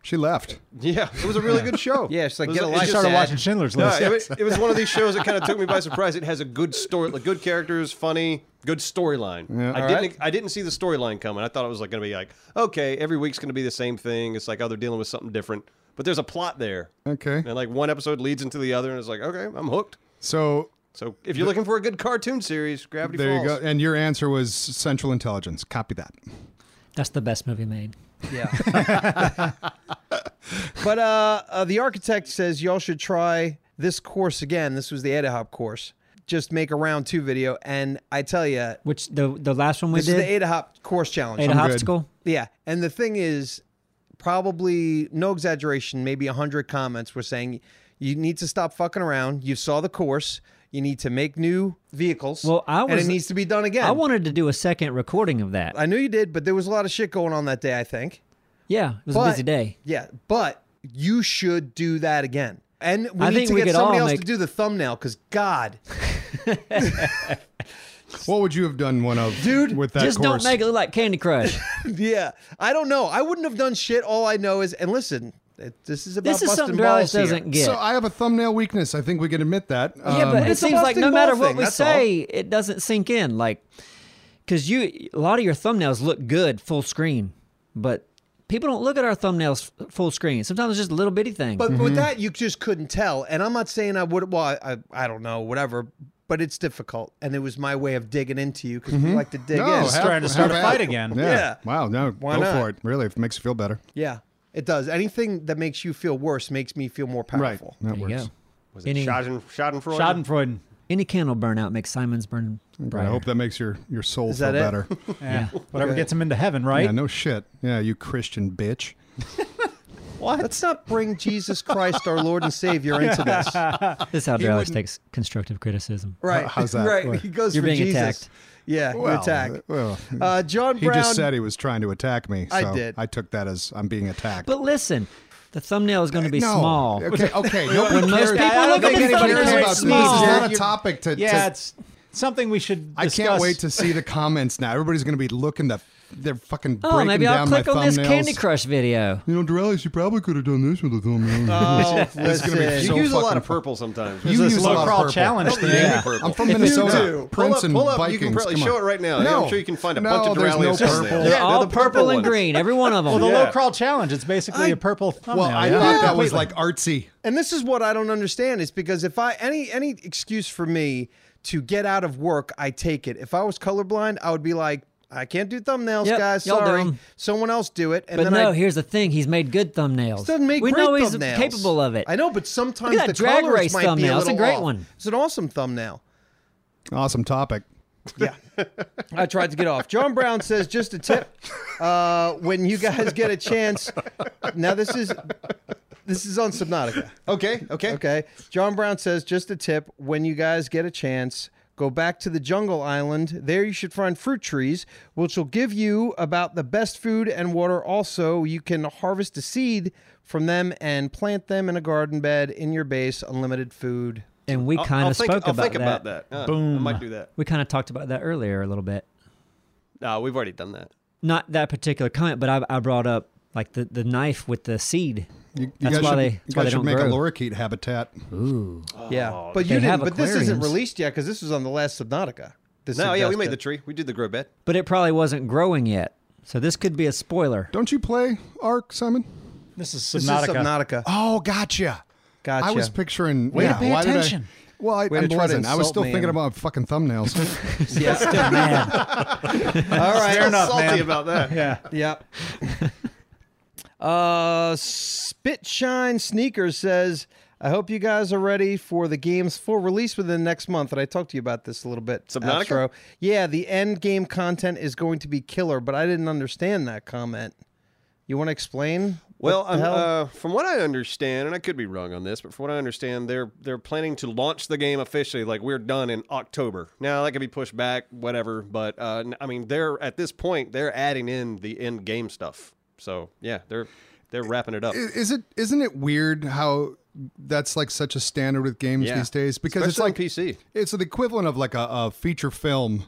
S3: she left.
S5: Yeah, it was a really good show.
S1: Yeah, it's like,
S5: It was-
S1: get a
S5: it
S1: life,
S5: just-
S1: Dad.
S4: started watching Schindler's
S5: No,
S4: List.
S5: it, was- it was one of these shows that kind of took me by surprise. It has a good story, like good characters, funny, good storyline. I didn't, I didn't see the storyline coming. I thought it was like going to be like, okay, every week's going to be the same thing. It's like, oh, they're dealing with something different, but there's a plot there,
S3: Okay.
S5: and like one episode leads into the other, and it's like, okay, I'm hooked.
S3: So
S5: So if you're looking for a good cartoon series, Gravity
S3: there you
S5: Falls.
S3: go. And your answer was Central Intelligence. Copy that.
S2: That's the best movie made.
S1: Yeah. but uh, uh, the architect says y'all should try this course again. This was the Adahop course. Just make a round two video, and I tell you,
S2: Which the the last one we
S1: this is
S2: did,
S1: the Adahop course challenge. Um,
S2: Ada
S3: I'm good.
S2: Hopsicle.
S1: Yeah, and the thing is, probably no exaggeration, maybe hundred comments were saying you need to stop fucking around. You saw the course. You need to make new vehicles.
S2: Well, I
S1: and
S2: was-
S1: it needs to be done again.
S2: I wanted to do a second recording of that.
S1: I knew you did, but there was a lot of shit going on that day. I think.
S2: yeah, it was
S1: But-
S2: a busy day.
S1: Yeah, but you should do that again. And we
S2: I
S1: need
S2: think
S1: to
S2: we
S1: get
S2: could
S1: somebody
S2: all
S1: else
S2: make-
S1: to do the thumbnail because God,
S3: What would you have done one of,
S1: Dude,
S3: With that
S2: Just
S3: course?
S2: don't make it look like Candy Crush.
S1: yeah, I don't know. I wouldn't have done shit. All I know is, and listen, it, this is about
S2: this is
S1: busting
S2: something Dallas
S1: balls here.
S2: doesn't get.
S3: So I have a thumbnail weakness. I think we can admit that.
S2: yeah,
S3: Um,
S2: but it
S1: It's a
S2: seems like
S1: busting
S2: no
S1: ball
S2: matter what
S1: thing,
S2: we
S1: that's all.
S2: say, it doesn't sink in. Like, because you a lot of your thumbnails look good full screen, but people don't look at our thumbnails f- full screen. Sometimes it's just little bitty things.
S1: But
S3: Mm-hmm.
S1: with that, you just couldn't tell. And I'm not saying I would. Well, I, I, I don't know, whatever. But it's difficult, and it was my way of digging into you because we like Oh, to dig
S3: Mm-hmm. no,
S1: in.
S3: have-
S4: trying to start
S3: have
S4: a fight
S3: at it.
S4: again.
S3: Yeah.
S1: Yeah.
S3: Wow. No, go
S1: not?
S3: for it. Really, if it makes you feel better.
S1: yeah, It does. Anything that makes you feel worse makes me feel more
S3: Right.
S1: powerful.
S3: That
S2: There you
S3: works.
S2: go.
S5: Was it
S2: Any-
S5: Schaden, Schadenfreude?
S4: Schadenfreude.
S2: Any candle burnout makes Simon's burn
S3: I
S2: brighter.
S3: hope that makes your, your soul
S1: Is
S3: feel
S1: that it?
S3: better.
S4: Yeah. Whatever
S1: Okay.
S4: gets him into heaven, right?
S3: Yeah, no shit. Yeah, you Christian bitch.
S4: What?
S1: Let's not bring Jesus Christ, our Lord and Savior, into this.
S2: This is how Drew always
S3: wouldn't-
S2: takes constructive criticism.
S1: Right.
S3: how's that?
S1: Right.
S3: What?
S1: He goes
S2: You're
S1: for
S2: being
S1: Jesus.
S2: attacked.
S1: Yeah, you
S3: Well,
S1: attack.
S3: uh, Well,
S1: Uh, John
S3: he
S1: Brown.
S3: just said he was trying to attack me. So
S1: I did.
S3: I took that as I'm being attacked.
S2: But listen, the thumbnail is going to be
S3: no.
S2: small.
S3: Okay, okay.
S2: When
S3: Nobody
S2: most
S3: cares.
S2: people
S3: I don't
S2: look at
S3: think
S2: the
S3: anybody
S2: thumbnail,
S3: cares about
S2: it's
S3: this. It's not a
S4: small.
S3: topic to.
S4: yeah,
S3: to
S4: it's something we should.
S3: I can't
S4: discuss.
S3: wait to see the comments now. Everybody's going to be looking to. They're fucking
S2: Oh,
S3: breaking
S2: maybe I'll
S3: down my
S2: click on this
S3: thumbnails.
S2: Candy Crush video.
S3: You know, Dorellis, you probably could have done this with a thumbnail.
S5: Uh,
S1: Oh,
S3: gonna be
S1: listen.
S5: You
S3: so
S5: use a lot
S3: fucking-
S5: of purple sometimes.
S3: you
S4: this
S3: use a
S4: low
S3: lot of
S4: crawl
S3: purple.
S4: challenge thing. Yeah.
S3: I'm from
S2: If you
S3: Minnesota.
S5: do,
S3: Prince
S5: pull up,
S3: and
S5: pull up.
S3: Vikings.
S5: You can probably
S3: Come on.
S5: show it right now.
S3: No.
S5: I'm sure you can find a
S3: no,
S5: bunch of
S3: there's no
S5: Duralius
S3: purple.
S5: on there.
S2: They're
S5: Yeah,
S2: all
S5: they're the purple,
S2: and
S5: ones.
S2: green, every one of them.
S4: Well, the
S5: Yeah.
S4: low crawl challenge. It's basically
S1: I-
S4: a purple thumbnail.
S3: Well, I
S4: yeah.
S3: thought that was like artsy.
S1: And this is what I don't understand is because if I any any excuse for me to get out of work, I take it. If I was colorblind, I would be like, I can't do thumbnails,
S2: Yep,
S1: guys.
S2: y'all do
S1: Sorry,
S2: 'em.
S1: someone else do it. And
S2: but
S1: then
S2: no,
S1: I
S2: here's the thing: he's made good thumbnails.
S1: doesn't make
S2: we
S1: great
S2: know he's
S1: thumbnails.
S2: capable of it.
S1: I know, but sometimes
S2: Look at
S1: the
S2: that drag
S1: colors
S2: race
S1: might be a
S2: thumbnail. It's a
S1: little
S2: great
S1: off.
S2: one.
S1: It's an awesome thumbnail.
S3: Awesome topic.
S1: Yeah. I tried to get off. John Brown says, just a tip. Uh, when you guys get a chance. Now this is this is on Subnautica.
S5: Okay, okay.
S1: Okay. John Brown says, just a tip. When you guys get a chance, go back to the jungle island. There you should find fruit trees, which will give you about the best food and water. Also, you can harvest a seed from them and plant them in a garden bed in your base. Unlimited food.
S2: and we
S5: I'll-
S2: kind
S5: I'll
S2: of
S5: think-
S2: spoke
S5: I'll
S2: about,
S5: think
S2: that.
S5: about that. Uh, I
S4: Boom.
S5: might do that.
S2: We kind of talked about that earlier a little bit.
S5: No, we've already done that.
S2: Not that particular comment, but I, I brought up like the, the knife with the seed.
S3: You, you
S2: That's
S3: guys
S2: why
S3: should,
S2: they-
S3: you
S2: that's why
S3: guys
S2: they
S3: should
S2: don't
S3: make a
S2: grow.
S3: lorikeet habitat.
S2: Ooh,
S5: Oh,
S1: Yeah, but
S2: They
S1: you didn't.
S2: have
S1: But this isn't
S2: aquariums.
S1: released yet because this was on the last Subnautica. This
S5: No, yeah, we
S1: suggested.
S5: made the tree. We did the grow bed.
S2: but it probably wasn't growing yet, so this could be a spoiler.
S3: Don't you play Ark, Simon?
S4: this is
S1: This is
S4: Subnautica.
S1: Subnautica.
S3: Oh, gotcha.
S1: Gotcha.
S3: I was picturing.
S4: Way to
S3: yeah,
S4: pay
S3: why did I-
S4: attention.
S3: well, I,
S1: Way
S3: I
S1: to try to
S3: wasn't. I was
S1: insult
S3: still
S1: me
S3: thinking
S1: and-
S3: about fucking thumbnails.
S1: yeah. All right.
S4: Fair enough,
S5: Salty
S4: man.
S5: about that.
S4: Yeah.
S1: Yep. uh, Spitshine Sneakers says, I hope you guys are ready for the game's full release within the next month. And I talked to you about this a little bit.
S5: Subnautica?
S1: Astro. Yeah, the end game content is going to be killer, but I didn't understand that comment. You want to explain?
S5: Well,
S1: What the
S5: um,
S1: hell?
S5: uh, from what I understand, and I could be wrong on this, but from what I understand, they're they're planning to launch the game officially. Like we're done in October. Now that could be pushed back, whatever. But uh, n- I mean, they're at this point they're adding in the end game stuff. So yeah, they're they're wrapping it up.
S3: I- is it isn't it weird how that's like such a standard with games
S5: Yeah.
S3: these days because
S5: Especially
S3: it's like
S5: on PC.
S3: it's the equivalent of like a, a feature film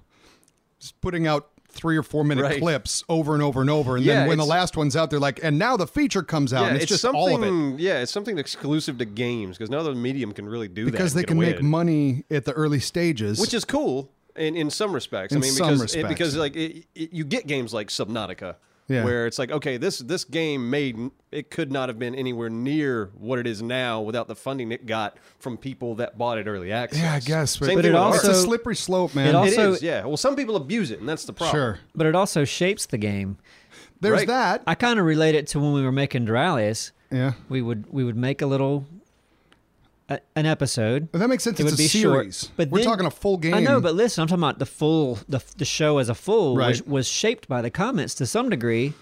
S3: just putting out three or four minute
S5: Right.
S3: clips over and over and over and
S5: Yeah,
S3: then when the
S5: it's-
S3: last one's out they're like and now the feature comes out
S5: Yeah,
S3: and it's, just all of it
S5: Yeah, it's something exclusive to games because no other medium can really do that
S3: because
S5: and
S3: they
S5: get
S3: can
S5: away
S3: make
S5: with it.
S3: money at the early stages
S5: which is cool in, in some respects.
S3: In
S5: I mean,
S3: some
S5: because It,
S3: respects.
S5: because like it, it, you get games like Subnautica,
S3: Yeah.
S5: where it's like, okay, this this game made it could not have been anywhere near what it is now without the funding it got from people that bought it early access.
S3: yeah I guess
S5: Same
S2: But
S5: thing
S2: it
S5: with
S3: it's
S5: art.
S3: a
S2: also-
S3: slippery slope man
S2: It
S5: It
S2: also-
S5: is, yeah. Well, some people abuse it, and that's the problem.
S3: sure
S2: But it also shapes the game.
S3: there's
S5: Right.
S3: that
S2: I kind of relate it to when we were making Duralius.
S3: yeah
S2: We would we would make a little a, an episode.
S3: but that makes sense
S2: It
S3: it's
S2: would
S3: a
S2: be short,
S3: series
S2: but
S3: we're
S2: then-
S3: talking a full game
S2: I know, but listen, I'm talking about the full the, the show as a full was,
S3: Right.
S2: was shaped by the comments to some degree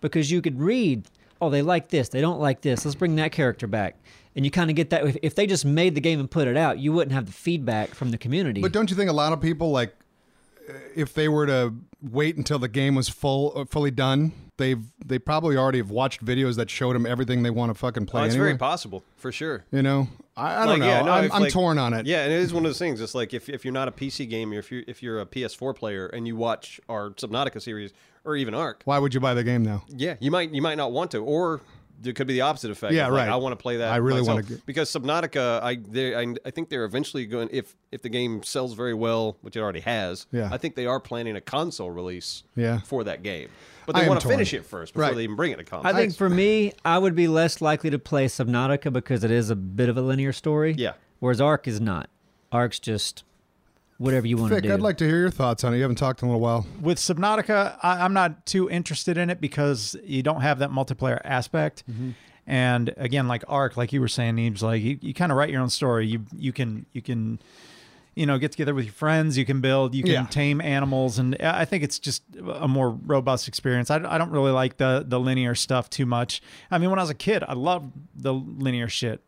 S2: because you could read, oh, they like this, they don't like this. Let's bring that character back, and you kind of get that. If, if they just made the game and put it out, you wouldn't have the feedback from the community.
S3: But don't you think a lot of people like if they were to wait until the game was full uh, fully done, they've they probably already have watched videos that showed them everything they want to fucking play
S5: Oh, it's
S3: anyway.
S5: very possible for sure.
S3: you know, I, I don't know.
S5: Like, yeah, no,
S3: I'm,
S5: if,
S3: I'm
S5: like-
S3: torn on it.
S5: Yeah, and it is one of those things. It's like if, if you're not a PC gamer, if you if you're a PS4 player and you watch our Subnautica series or even Arc,
S3: Why would you buy the game now?
S5: Yeah, you might you might not want to, or there could be the opposite effect.
S3: Yeah,
S5: of, like,
S3: right.
S5: I want to play that.
S3: I really wanna
S5: myself.
S3: get-
S5: because Subnautica. I, they, I I think they're eventually going if if the game sells very well, which it already has.
S3: Yeah.
S5: I think they are planning a console release.
S3: Yeah.
S5: for that game, but
S3: I
S5: they
S3: am
S5: want to
S3: torn.
S5: finish it first before
S3: Right.
S5: they even bring it to console.
S2: I think for me, I would be less likely to play Subnautica because it is a bit of a linear story.
S5: Yeah.
S2: Whereas Ark is not. Ark's just whatever you want to
S3: Vic,
S2: do.
S3: I'd like to hear your thoughts on it. You haven't talked in a little while.
S4: With Subnautica, I, I'm not too interested in it because you don't have that multiplayer aspect. And again, like Ark, like you were saying, Eames, like you, you kind of write your own story. You you can you can you know get together with your friends. You can build. You can
S3: Yeah.
S4: tame animals, and I I think it's just a more robust experience. I, I don't really like the the linear stuff too much. I mean, when I was a kid, I loved the linear shit,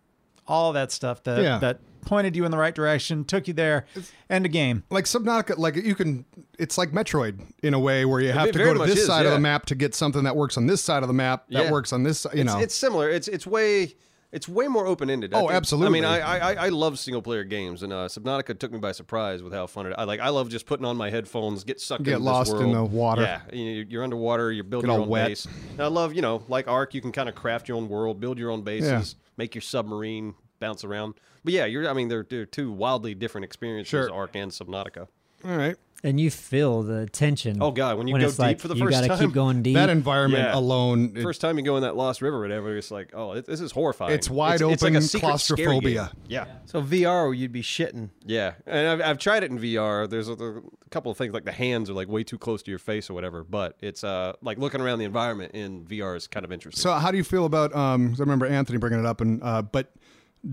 S4: all that stuff that
S3: Yeah.
S4: that pointed you in the right direction, took you there, end of game.
S3: Like Subnautica, like you can, it's like Metroid in a way where you have
S5: it
S3: to
S5: very
S3: go to
S5: much
S3: this
S5: is,
S3: side of
S5: yeah.
S3: the map to get something that works on this side of the map that
S5: Yeah.
S3: works on this. si- You
S5: it's,
S3: know,
S5: it's similar. It's it's way it's way more open ended.
S3: Oh,
S5: I
S3: absolutely.
S5: mean, I, I I- I love single player games, and uh, Subnautica took me by surprise with how fun it. I like. I love just putting on my headphones, get sucked,
S3: Get
S5: into
S3: lost
S5: this
S3: in
S5: world.
S3: the water.
S5: Yeah, you, you're underwater. You're building
S3: Get
S5: your
S3: all
S5: own
S3: wet.
S5: base. And I love you know like Ark. You can kind of craft your own world, build your own bases, make your submarine bounce around. But yeah, you're. I mean, they're, they're two wildly different experiences,
S3: Sure.
S5: Ark and Subnautica.
S3: all right.
S2: and you feel the tension.
S5: Oh, God, when you go
S2: it's
S5: deep
S2: like,
S5: for the
S2: you
S5: first
S2: gotta
S5: time,
S2: keep going deep.
S3: That environment
S5: Yeah.
S3: alone, it-
S5: First time you go in that Lost River, or whatever, it's like, oh, it, this is horrifying.
S3: It's wide
S5: like a
S3: open
S5: secret scary game.
S3: claustrophobia.
S5: Yeah.
S1: So VR, you'd be shitting.
S5: Yeah, and I've, I've tried it in VR. There's a, there- a couple of things like the hands are like way too close to your face or whatever. But it's uh like looking around the environment in VR is kind of interesting.
S3: So, how do you feel about? Um, 'cause I remember Anthony bringing it up, and uh, but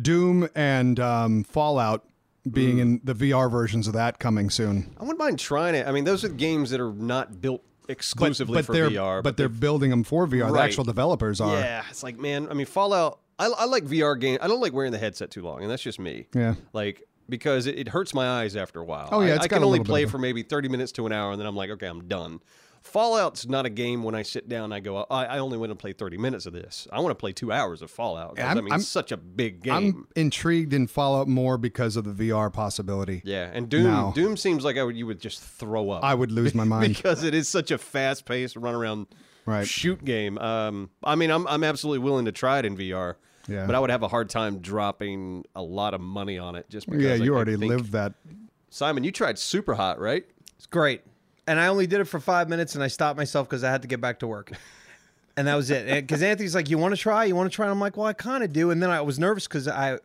S3: Doom and um, Fallout being
S5: Mm.
S3: in the VR versions of that coming soon.
S5: I wouldn't mind trying it. I mean, those are games that are not built exclusively
S3: but
S5: for
S3: they're
S5: VR.
S3: but, they're building them for VR. The
S5: Right.
S3: actual developers are.
S5: yeah, it's like man. I mean, Fallout. I, I like VR game. I don't like wearing the headset too long, and that's just me.
S3: Yeah.
S5: like because it, it hurts my eyes after a while.
S3: Oh, yeah,
S5: I,
S3: it's
S5: I
S3: got
S5: can
S3: a
S5: only
S3: little bit
S5: play
S3: of a-
S5: for maybe thirty minutes to an hour, and then I'm like, okay, I'm done. Fallout's not a game when I sit down. I go, I, I only want to play thirty minutes of this. I want to play two hours of Fallout. 'cause,
S3: I'm-
S5: I mean,
S3: I'm-
S5: it's such a big game.
S3: I'm intrigued in Fallout more because of the VR possibility.
S5: yeah, and Doom.
S3: No.
S5: Doom seems like I would you would just throw up.
S3: I would lose my mind.
S5: because it is such a fast paced run around
S3: Right.
S5: shoot game. Um, I mean, I'm I'm absolutely willing to try it in VR.
S3: Yeah.
S5: But I would have a hard time dropping a lot of money on it just because.
S3: yeah,
S5: I-
S3: you
S5: I
S3: already
S5: think-
S3: lived that.
S5: Simon, you tried super hot, right?
S1: It's great. And I only did it for five minutes, and I stopped myself because I had to get back to work. And that was it. Because Anthony's like, "You want to try? You want to try?" And I'm like, "Well, I kind of do." And then I was nervous because I, I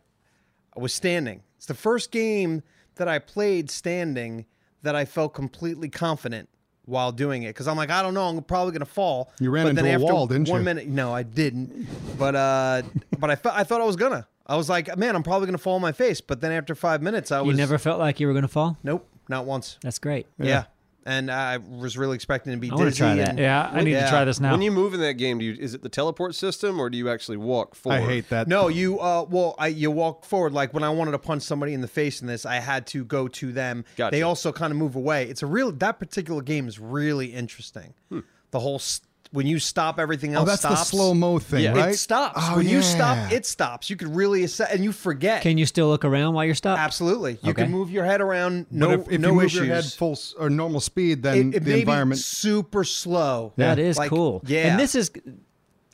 S1: was standing. It's the first game that I played standing that I felt completely confident while doing it. Because I'm like, I don't know, I'm probably gonna fall.
S3: You ran
S1: but
S3: into
S1: then
S3: a
S1: after
S3: wall, didn't
S1: one
S3: you?
S1: minute, no, I didn't. But uh, but I felt I thought I was gonna. I was like, man, I'm probably gonna fall on my face. But then after five minutes, I
S2: you
S1: was
S2: never felt like you were going to fall.
S1: Nope, not once.
S2: That's great.
S1: Yeah. And I was really expecting to be
S2: I wanna
S1: dizzy.
S2: try that.
S1: And,
S4: Yeah, I need
S1: Yeah.
S4: to try this now.
S5: When you move in that game, do you is it the teleport system or do you actually walk forward?
S3: I hate that.
S1: No, you. Uh, well, I, you walk forward. Like when I wanted to punch somebody in the face in this, I had to go to them.
S5: Gotcha.
S1: They also kind of move away. It's a real. That particular game is really interesting.
S5: Hmm.
S1: The whole st- when you stop, everything
S3: Oh,
S1: else
S3: that's
S1: stops.
S3: the slow mo thing,
S5: Yeah. It
S3: right?
S1: It stops
S3: Oh,
S1: when
S3: yeah.
S1: you stop. It stops. You could really assess, and you forget.
S2: Can you still look around while you're stopped?
S1: Absolutely, you
S2: Okay.
S1: can move your head around. No,
S3: but if, if
S1: no
S3: you move
S1: issues.
S3: your head full s- or normal speed,
S1: it,
S3: then
S1: it
S3: the
S1: may be
S3: environment.
S1: super slow.
S2: That is
S1: Like,
S2: cool.
S1: Yeah,
S2: And this is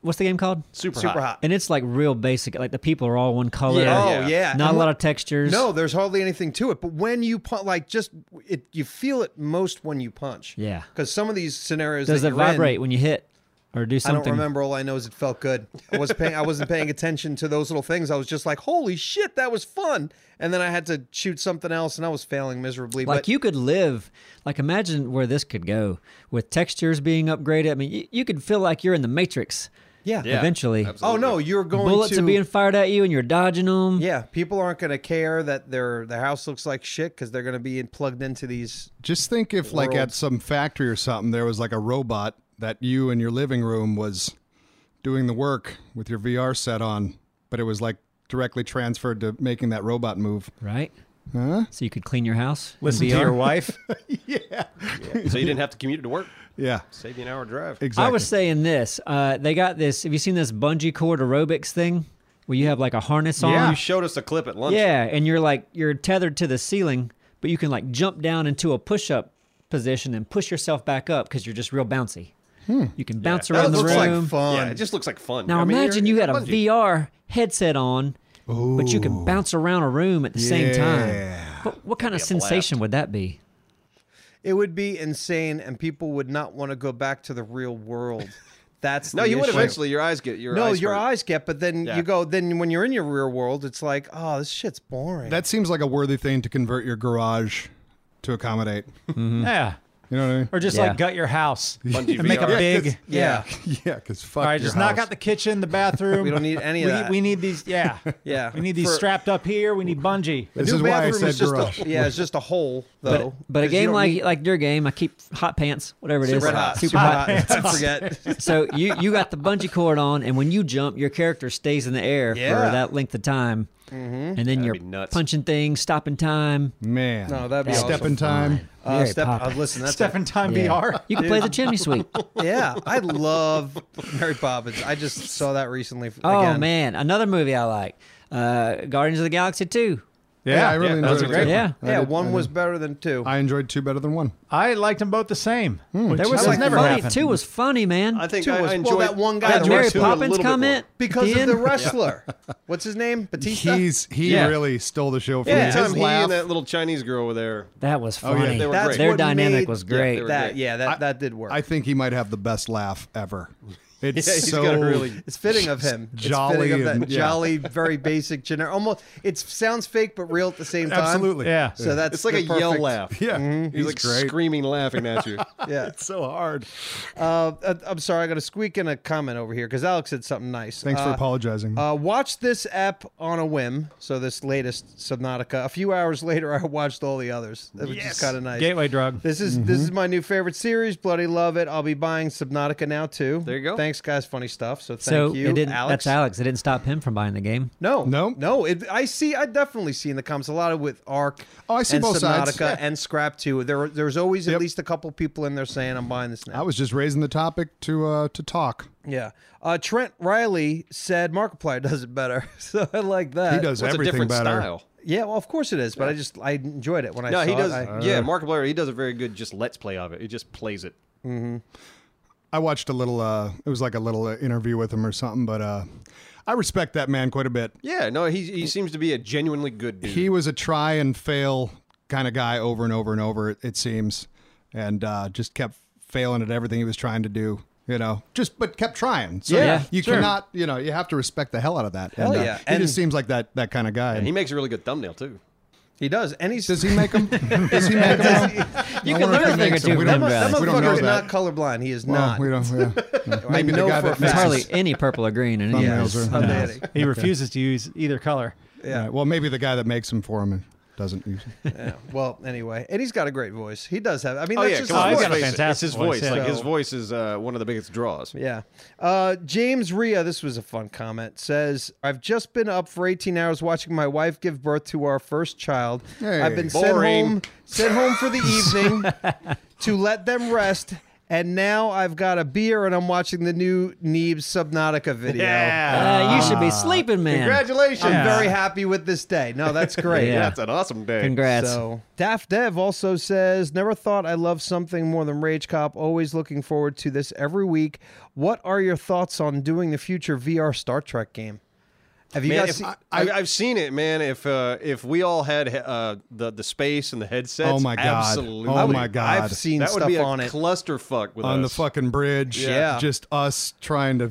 S2: what's the game called?
S5: Super,
S1: super
S5: hot.
S1: hot.
S2: And it's like real basic. Like the people are all one color.
S5: Yeah.
S1: Oh yeah,
S2: Not
S1: And
S2: a lot of textures.
S1: No, there's hardly anything to it. But when you punch, like just it, you feel it most when you punch.
S2: Yeah.
S1: Because some of these scenarios
S2: Does
S1: that
S2: it
S1: you're in,
S2: vibrate when you hit or do
S1: I
S2: something?
S1: don't remember. All I know is it felt good. I was paying. I wasn't paying attention to those little things. I was just like, "Holy shit, that was fun!" And then I had to shoot something else, and I was failing miserably.
S2: Like
S1: but
S2: you could live, like imagine where this could go with textures being upgraded. I mean, you, you could feel like you're in the Matrix.
S1: yeah.
S5: Yeah,
S2: Eventually.
S1: Oh no, you're going
S2: Bullets
S1: to
S2: are being fired at you and you're dodging them.
S1: yeah. People aren't going to care that their their house looks like shit because they're going to be plugged into these.
S3: Just think if, like, at
S1: Worlds.
S3: some factory or something, there was like a robot that you in your living room was doing the work with your VR set on, but it was like directly transferred to making that robot move.
S2: Right?
S3: Huh?
S2: So you could clean your house. in
S4: Listen to
S2: VR.
S4: your wife.
S5: so you didn't have to commute to work. Oh,
S3: Yeah,
S5: Save you an hour drive.
S3: exactly.
S2: I was saying this. Uh, they got this. Have you seen this bungee cord aerobics thing where you have like a harness on?
S5: You showed us a clip at lunch.
S2: Yeah, and you're like you're tethered to the ceiling, but you can like jump down into a push-up position and push yourself back up because you're just real bouncy. You can bounce
S5: That
S2: around the
S5: looks
S2: room.
S5: like
S1: fun.
S5: Yeah, it just looks like fun.
S2: Now
S5: I mean,
S2: imagine
S5: you're-
S2: you had a
S5: you're bungee.
S2: VR headset on, but you can bounce around a room at the same time.
S3: Yeah.
S2: What, what kind of
S5: That'd be a blast.
S2: sensation would that be?
S1: It would be insane, and people would not want to go back to the real world. That's
S5: No,
S1: the
S5: you would
S1: issue.
S5: eventually. Your eyes get your
S1: no,
S5: eyes
S1: your
S5: hurt.
S1: eyes get, but then
S5: Yeah.
S1: you go. Then when you're in your real world, it's like, oh, this shit's boring.
S3: That seems like a worthy thing to convert your garage to accommodate.
S4: Yeah.
S3: Mm. You know what I mean?
S4: Or just
S2: Yeah.
S4: like gut your house
S5: Bungee
S4: and make a
S5: VR.
S4: big.
S1: Yeah.
S3: yeah, because fuck.
S4: All right,
S3: your
S4: just knock
S3: house.
S4: out the kitchen, the bathroom.
S1: We don't need any of
S4: We-
S1: that.
S4: We need these. Yeah.
S1: Yeah.
S4: We need these
S1: For-
S4: strapped up here. We need bungee.
S1: A
S3: This
S1: new
S3: is why I
S1: bathroom
S3: said
S1: is just a-
S3: garage.
S1: yeah, it's just a hole though.
S2: But, but a
S1: 'cause you
S2: game
S1: don't
S2: like
S1: need-
S2: like your game, I keep hot pants, whatever it is,
S1: red hot,
S2: super
S1: super hot.
S2: hot.
S1: I forget.
S2: so you you got the bungee cord on, and when you jump, your character stays in the air
S1: Yeah.
S2: for that length of time, and then
S5: Mm-hmm. be
S2: you're
S5: nuts.
S2: punching things, stopping time.
S3: man.
S1: No, that'd be
S3: step
S1: awesome.
S3: in time.
S1: Uh,
S2: Mary
S1: step, uh,
S2: Poppins.
S1: listen, that's
S4: Step in time
S2: Yeah.
S4: VR.
S2: You can play the chimney sweep. Oh,
S1: it. Yeah, I love Mary Poppins. I just saw that recently. f-
S2: Oh
S1: again.
S2: man, another movie I like, uh, Guardians of the Galaxy Two.
S3: Yeah, I really
S5: that was
S3: enjoyed
S5: a
S3: it.
S5: great
S3: too.
S2: Yeah.
S3: I
S1: Yeah,
S3: did- I
S1: one
S3: did.
S1: was better than two.
S3: I enjoyed two better than one.
S4: I liked them both the same.
S1: Hmm.
S4: which
S2: There was
S4: that
S2: some
S4: never
S2: funny.
S4: happened.
S2: Two was funny, man.
S5: I think
S1: Two
S5: I,
S1: was-
S5: I
S1: well,
S5: enjoyed
S1: that one guy
S5: I
S1: that
S2: that
S5: enjoyed
S2: Mary
S5: two a little
S2: Poppins
S5: bit more.
S2: comment
S1: because
S2: at
S1: of the
S2: end?
S1: wrestler. What's his name? Batista.
S3: He's he
S4: Yeah.
S3: really stole the show from
S1: Yeah.
S3: his
S5: Anytime he
S3: laugh.
S5: and that little Chinese girl were there,
S2: That was
S3: Oh, yeah,
S2: funny.
S3: they
S5: were great.
S2: Their
S1: What
S2: dynamic
S1: made-
S2: was
S5: Yeah, they
S2: great.
S5: were
S1: that
S5: great.
S1: yeah, that, that did work.
S3: I think he might have the best laugh ever. It's
S5: Yeah, he's
S3: so
S5: got a really-
S1: it's fitting of him. It's
S3: Jolly
S1: fitting of that
S3: and- yeah.
S1: jolly, very basic, generic. Almost, it sounds fake but real at the same time.
S3: absolutely.
S4: Yeah.
S1: So that's
S5: it's like a
S1: the
S5: yell
S1: perfect-
S5: laugh.
S3: Yeah,
S5: He's, like
S3: great.
S5: screaming, laughing at you.
S1: Yeah.
S3: It's so hard.
S1: Uh, I- I'm sorry, I got to squeak in a comment over here because Alex said something nice.
S3: Thanks for
S1: Uh,
S3: apologizing.
S1: Uh, watch this app on a whim. So this latest Subnautica. A few hours later, I watched all the others, which is kind of nice.
S4: Gateway drug.
S1: This is this
S3: Mm-hmm.
S1: is my new favorite series. Bloody love it. I'll be buying Subnautica now too.
S5: There you go.
S1: Thanks, guys. Funny stuff. So thank
S2: So
S1: you,
S2: it didn't.
S1: Alex.
S2: That's Alex. It didn't stop him from buying the game.
S1: No,
S3: No?
S1: no. It, I see. I definitely see in the comments a lot of with Arc.
S3: Oh, I see
S1: and
S3: both
S1: Subnautica
S3: sides. Yeah.
S1: and Scrap too. There, were- there's always at
S3: Yep.
S1: least a couple people in there saying I'm buying this now.
S3: I was just raising the topic to uh, to talk.
S1: Yeah. Uh, Trent Riley said Markiplier does it better. So I like that.
S3: He does
S5: What's a
S3: everything
S5: different
S3: better.
S5: style?
S1: Yeah, well, of course it is, but I just I enjoyed it when I
S5: No,
S1: saw
S5: he does.
S1: it.
S3: Uh,
S1: I-
S5: yeah, Markiplier, he does a very good just let's play of it. He just plays it.
S3: I watched a little. Uh, it was like a little uh, interview with him or something, but uh, I respect that man quite a bit.
S5: Yeah, no, he he seems to be a genuinely good dude.
S3: He was a try and fail kind of guy over and over and over. It, it seems, and uh, just kept failing at everything he was trying to do. You know, just but kept trying. So
S1: Yeah,
S3: you cannot. You know, you have to respect the hell out of that.
S1: Hell
S3: and, uh,
S1: yeah.
S3: he
S1: And-
S3: just seems like that that kind of guy.
S5: he makes a really good thumbnail too.
S1: he does. And he's
S3: Does he make them? Does he make them?
S2: You
S3: I
S2: can learn a
S3: wonder if he
S2: thing or
S3: makes them.
S2: two
S3: We
S2: from
S3: don't-
S2: them
S1: that,
S2: guys.
S1: must-
S3: We
S1: that
S3: don't know
S1: motherfucker is not
S3: that.
S1: colorblind. He is
S3: Well,
S1: not.
S3: we don't. Yeah. Maybe
S1: know
S3: the guy
S1: for a
S3: that
S1: fact.
S2: It's
S3: makes them.
S2: hardly any purple or green in any Uh,
S3: Thumbnails
S2: of
S1: Yes,
S2: those.
S3: are-
S1: I'm
S3: No.
S1: dating.
S4: He refuses to use either color.
S1: Yeah.
S3: Right, Well, maybe the guy that makes them for him and doesn't use. It.
S1: yeah. Well, anyway, and he's got a great voice. He does have. I mean,
S5: Oh
S1: that's
S5: yeah,
S1: just
S5: come
S4: Oh,
S5: on,
S1: his
S4: he's
S5: let's
S4: got a
S1: voice.
S5: face it,
S4: fantastic
S5: It's his voice.
S4: voice, yeah.
S5: Like his
S1: So-
S5: voice is uh, one of the biggest draws.
S1: Yeah. Uh, James Rhea, this was a fun comment, says, I've just been up for 18 hours watching my wife give birth to our first child.
S3: Hey.
S1: I've been sent
S5: Boring.
S1: home, sent home for the evening to let them rest. And now I've got a beer and I'm watching the new Neebs Subnautica video.
S2: Uh, you should be sleeping, man.
S5: Congratulations.
S1: I'm
S4: Yeah.
S1: very happy with this day. No, that's great.
S2: Yeah.
S5: That's an awesome day.
S2: Congrats.
S1: So Daft Dev also says, "Never thought I loved something more than Rage Cop. Always looking forward to this every week. What are your thoughts on doing the future VR Star Trek game? Have you
S5: Man,
S1: guys?
S5: if,
S1: Seen,
S5: I, I've seen it, man. If uh, if we all had uh, the the space and the headsets,
S3: Oh my god!
S5: absolutely.
S3: Oh my god!
S1: I've seen
S5: that would
S1: stuff
S5: be a
S1: on it.
S5: clusterfuck with
S3: on the
S5: us.
S3: fucking bridge.
S1: Yeah.
S3: Just us trying to.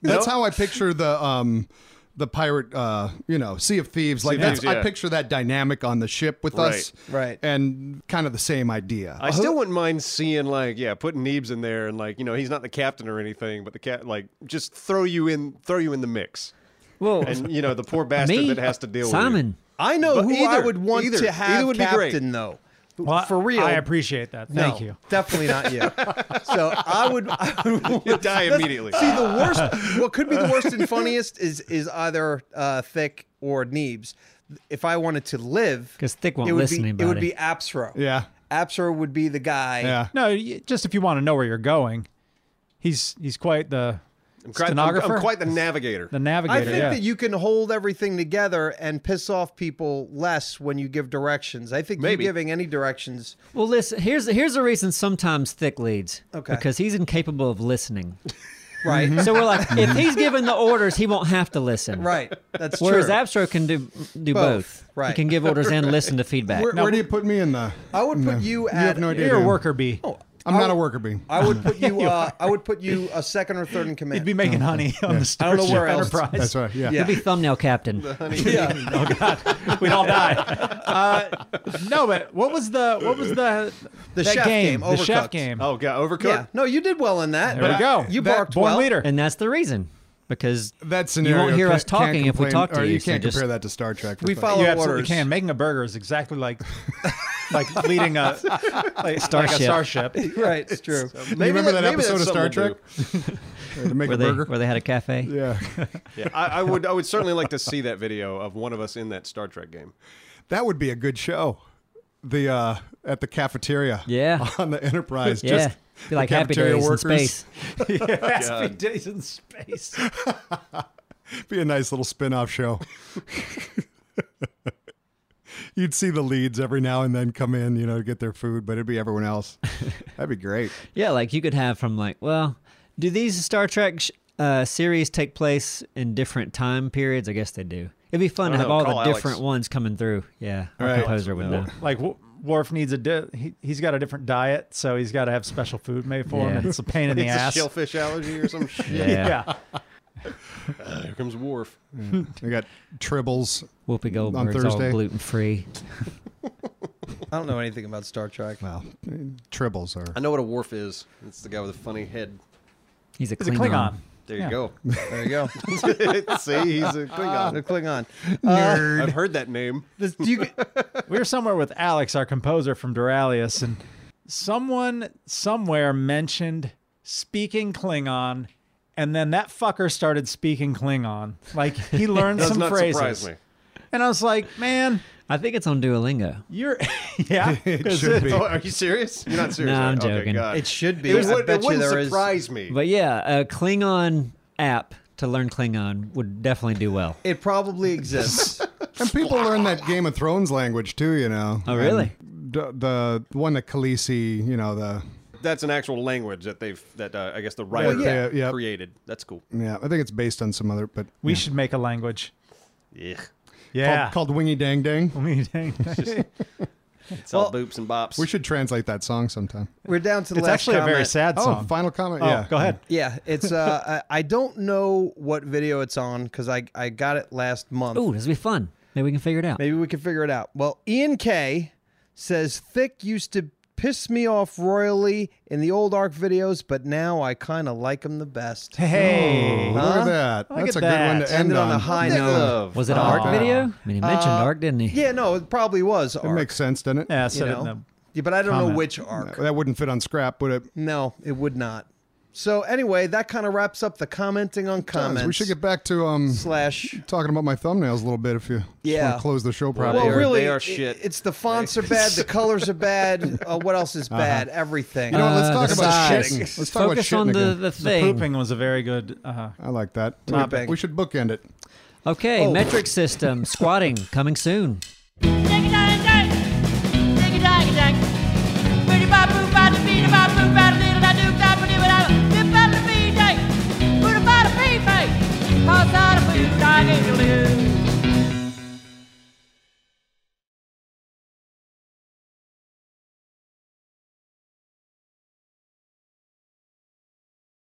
S3: That's how I picture the um the pirate uh you know Sea of Thieves like
S5: of
S3: that's
S5: Thieves, yeah.
S3: I picture that dynamic on the ship with us
S1: Right. Right.
S3: and kind of the same idea.
S5: I still wouldn't mind seeing like yeah, putting Neebs in there and like you know he's not the captain or anything, but the cat like just throw you in throw you in the mix,
S2: well,
S5: and you know the poor bastard
S2: me,
S5: that has to deal with
S2: Simon.
S1: I know
S5: But
S1: who I
S5: either-
S1: would want
S5: either-
S1: to have
S5: either would be great.
S1: captain though.
S4: Well,
S1: For real,
S4: I appreciate that.
S1: No,
S4: Thank you.
S1: Definitely not you. so I would. I would
S5: you. You die immediately.
S1: See the worst. what could be the worst and funniest is is either uh, Thick or Neebs. If I wanted to live,
S2: 'Cause Thick won't
S1: it would
S2: listen
S1: be,
S2: to
S1: It would
S2: anybody.
S1: be Absro.
S3: yeah.
S1: Absro would be the guy.
S3: Yeah.
S4: No, y- just if you want to know where you're going, he's he's quite the
S5: I'm quite, I'm- I'm
S4: stenographer,
S5: quite the navigator.
S4: the
S1: I
S4: navigator.
S1: think
S4: yeah.
S1: that you can hold everything together and piss off people less when you give directions. I think
S5: Maybe.
S1: you giving any directions.
S2: Well, listen. Here's here's the reason sometimes Thick leads.
S1: Okay.
S2: Because he's incapable of listening.
S1: Right.
S2: So we're like, if he's given the orders, he won't have to listen.
S1: Right. That's
S2: Whereas
S1: true.
S2: Abstro can do do
S1: Both,
S2: both. He
S1: right.
S2: can give orders and listen to feedback.
S3: Where, where do you put me in the?
S1: I would
S3: in
S1: put
S3: the-
S1: you
S3: have
S1: at-
S3: no idea. do
S4: you're a
S3: you?
S4: worker bee.
S1: Oh,
S3: I'm not a worker bee.
S1: I would put you. Uh, I would put you a second or third in command.
S4: You'd be making honey on the
S1: I don't
S4: Starship
S1: know where else.
S4: Enterprise.
S3: That's right. Yeah.
S1: Yeah.
S2: Be thumbnail captain.
S1: yeah.
S4: We'd all die. Uh, no, but what was the what was the
S1: The
S4: that
S1: chef game,
S4: the chef
S1: Overcooked.
S4: game.
S5: Oh god, overcooked.
S1: Yeah. No, you did well in that.
S4: there we go.
S1: You
S3: That
S1: barked
S4: Born
S1: well.
S4: leader.
S2: And that's the reason. Because
S3: That
S2: you
S3: scenario.
S2: won't hear
S3: can't-
S2: us talking
S3: can't
S2: if we
S3: complain-
S2: talk to
S3: or
S2: you.
S3: You
S2: so
S3: can't
S2: just-
S3: compare that to Star Trek. for
S1: We
S3: fuck's
S1: follow
S4: you absolutely
S1: orders.
S4: can. Making a burger is exactly like like leading a like, starship. Like a starship.
S1: Right. It's true.
S3: You remember that,
S5: Uh, maybe
S3: episode
S5: that's
S3: of Star
S5: something we'll
S3: Trek? to make
S2: where
S3: a
S2: they,
S3: burger.
S2: where they had a cafe.
S3: Yeah,
S5: Yeah, I, I would. I would certainly like to see that video of one of us in that Star Trek game.
S3: that would be a good show. The uh, at the cafeteria.
S2: Yeah.
S3: On the Enterprise.
S2: Yeah.
S3: Just
S2: Be like
S3: the
S2: happy
S3: cafeteria
S2: days
S3: workers.
S2: in space.
S4: Happy days in space.
S3: be a nice little spin-off show. You'd see the leads every now and then come in, you know, to get their food, but it'd be everyone else. That'd be great.
S2: Yeah, like you could have from like, well, do these Star Trek sh- uh, series take place in different time periods? I guess they do. It'd be fun to
S5: I
S2: have
S5: don't know,
S2: all the
S5: call Alex.
S2: different ones coming through. Yeah, our
S3: Right.
S2: composer would know.
S4: like Wo- Worf needs a di- he, he's got a different diet, so he's got to have special food made for him.
S2: Yeah.
S4: It's a pain in the
S5: it's a
S4: ass.
S5: shellfish allergy or some shit.
S2: Yeah.
S4: Yeah.
S5: Here comes Worf.
S3: We got Tribbles.
S2: Whoopi Goldberg's all
S3: Thursday.
S2: gluten free.
S1: I don't know anything about Star Trek.
S3: Well, Tribbles are
S5: I know what a Worf is. It's the guy with the funny head.
S2: He's a Klingon.
S4: He's a Klingon.
S5: There
S4: Yeah.
S5: you go.
S1: There you go.
S5: See, he's a
S1: The
S5: Klingon.
S1: Klingon.
S5: I've heard that name.
S1: This, do you,
S4: we were somewhere with Alex, our composer from Duralius, and someone somewhere mentioned speaking Klingon, and then that fucker started speaking Klingon. Like he learned
S5: Does
S4: some
S5: not
S4: phrases,
S5: surprise me.
S4: and I was like, "Man,
S2: I think it's on Duolingo.
S4: you're yeah."
S3: It
S4: 'cause
S3: should be.
S5: Oh, are you serious? You're not serious.
S2: No,
S5: right?
S2: I'm
S5: Okay,
S2: joking.
S5: God.
S1: it should be.
S5: It would,
S1: I bet
S5: it
S1: you
S5: wouldn't
S1: there is.
S5: surprise me.
S2: But yeah, a Klingon app to learn Klingon would definitely do well.
S1: It probably exists.
S3: and people learn that Game of Thrones language too, you know.
S2: Oh, really?
S3: And d- the one that Khaleesi, you know, the
S5: That's an actual language that they've that uh, I guess the writer
S3: yeah. Yeah.
S5: created. That's cool.
S3: yeah, I think it's based on some other, but
S4: We should make a language.
S5: Yeah.
S4: Yeah.
S3: called, called Wingy Dang Dang.
S4: it's
S5: It's all boops and bops.
S3: We should translate that song sometime.
S1: We're down to the last
S4: actually a very
S1: comment.
S4: sad
S3: Oh,
S4: song.
S3: final comment.
S4: Oh,
S3: yeah,
S4: go ahead.
S1: Yeah, it's uh, I, I don't know what video it's on because I I got it last month.
S2: Ooh, this will be fun. Maybe we can figure it out.
S1: Maybe we can figure it out. Well, Ian K says Thick used to piss me off royally in the old arc videos, but now I kind of like him the best.
S4: Hey.
S3: Look
S1: Huh?
S3: at that.
S4: Look
S3: That's
S4: at
S3: a good one
S4: that.
S3: to end
S1: Ended on
S3: on.
S1: a high
S5: Thick
S1: note.
S5: love.
S2: Was it an
S4: Aw.
S2: ARC video? I mean, he mentioned
S1: Uh,
S2: ARC, didn't he?
S1: Yeah, no, it probably was
S3: It
S1: arc.
S3: makes sense, doesn't it? Uh,
S4: Yeah, I
S1: you
S4: said it
S1: know?
S4: in the-
S1: Yeah, but I don't know
S4: comment.
S1: which arc.
S3: That wouldn't fit on scrap, would it?
S1: No, it would not. So anyway, that kind of wraps up the commenting on comments.
S3: We should get back to um
S1: slash.
S3: talking about my thumbnails a little bit if you just
S1: Yeah.
S3: want to close the show
S5: They
S3: properly.
S1: Well,
S5: are-
S1: really,
S5: they are
S1: i-
S5: shit.
S1: It's the fonts are bad, the colors are bad. Uh, what else
S5: Uh-huh.
S1: is bad? Everything.
S3: you know, what, let's
S2: Uh,
S3: talk
S2: the
S3: about
S2: size.
S3: shitting. Let's talk
S2: Focus
S3: about shitting
S2: on the,
S3: again.
S2: the
S4: The
S2: thing.
S4: pooping was a very good. Uh,
S3: I like that. We-
S1: Topic.
S3: We should bookend it.
S2: Okay,
S1: Oh.
S2: metric system, squatting, coming soon.
S6: Dig-a-dang-a-dang. Dig-a-dang-a-dang.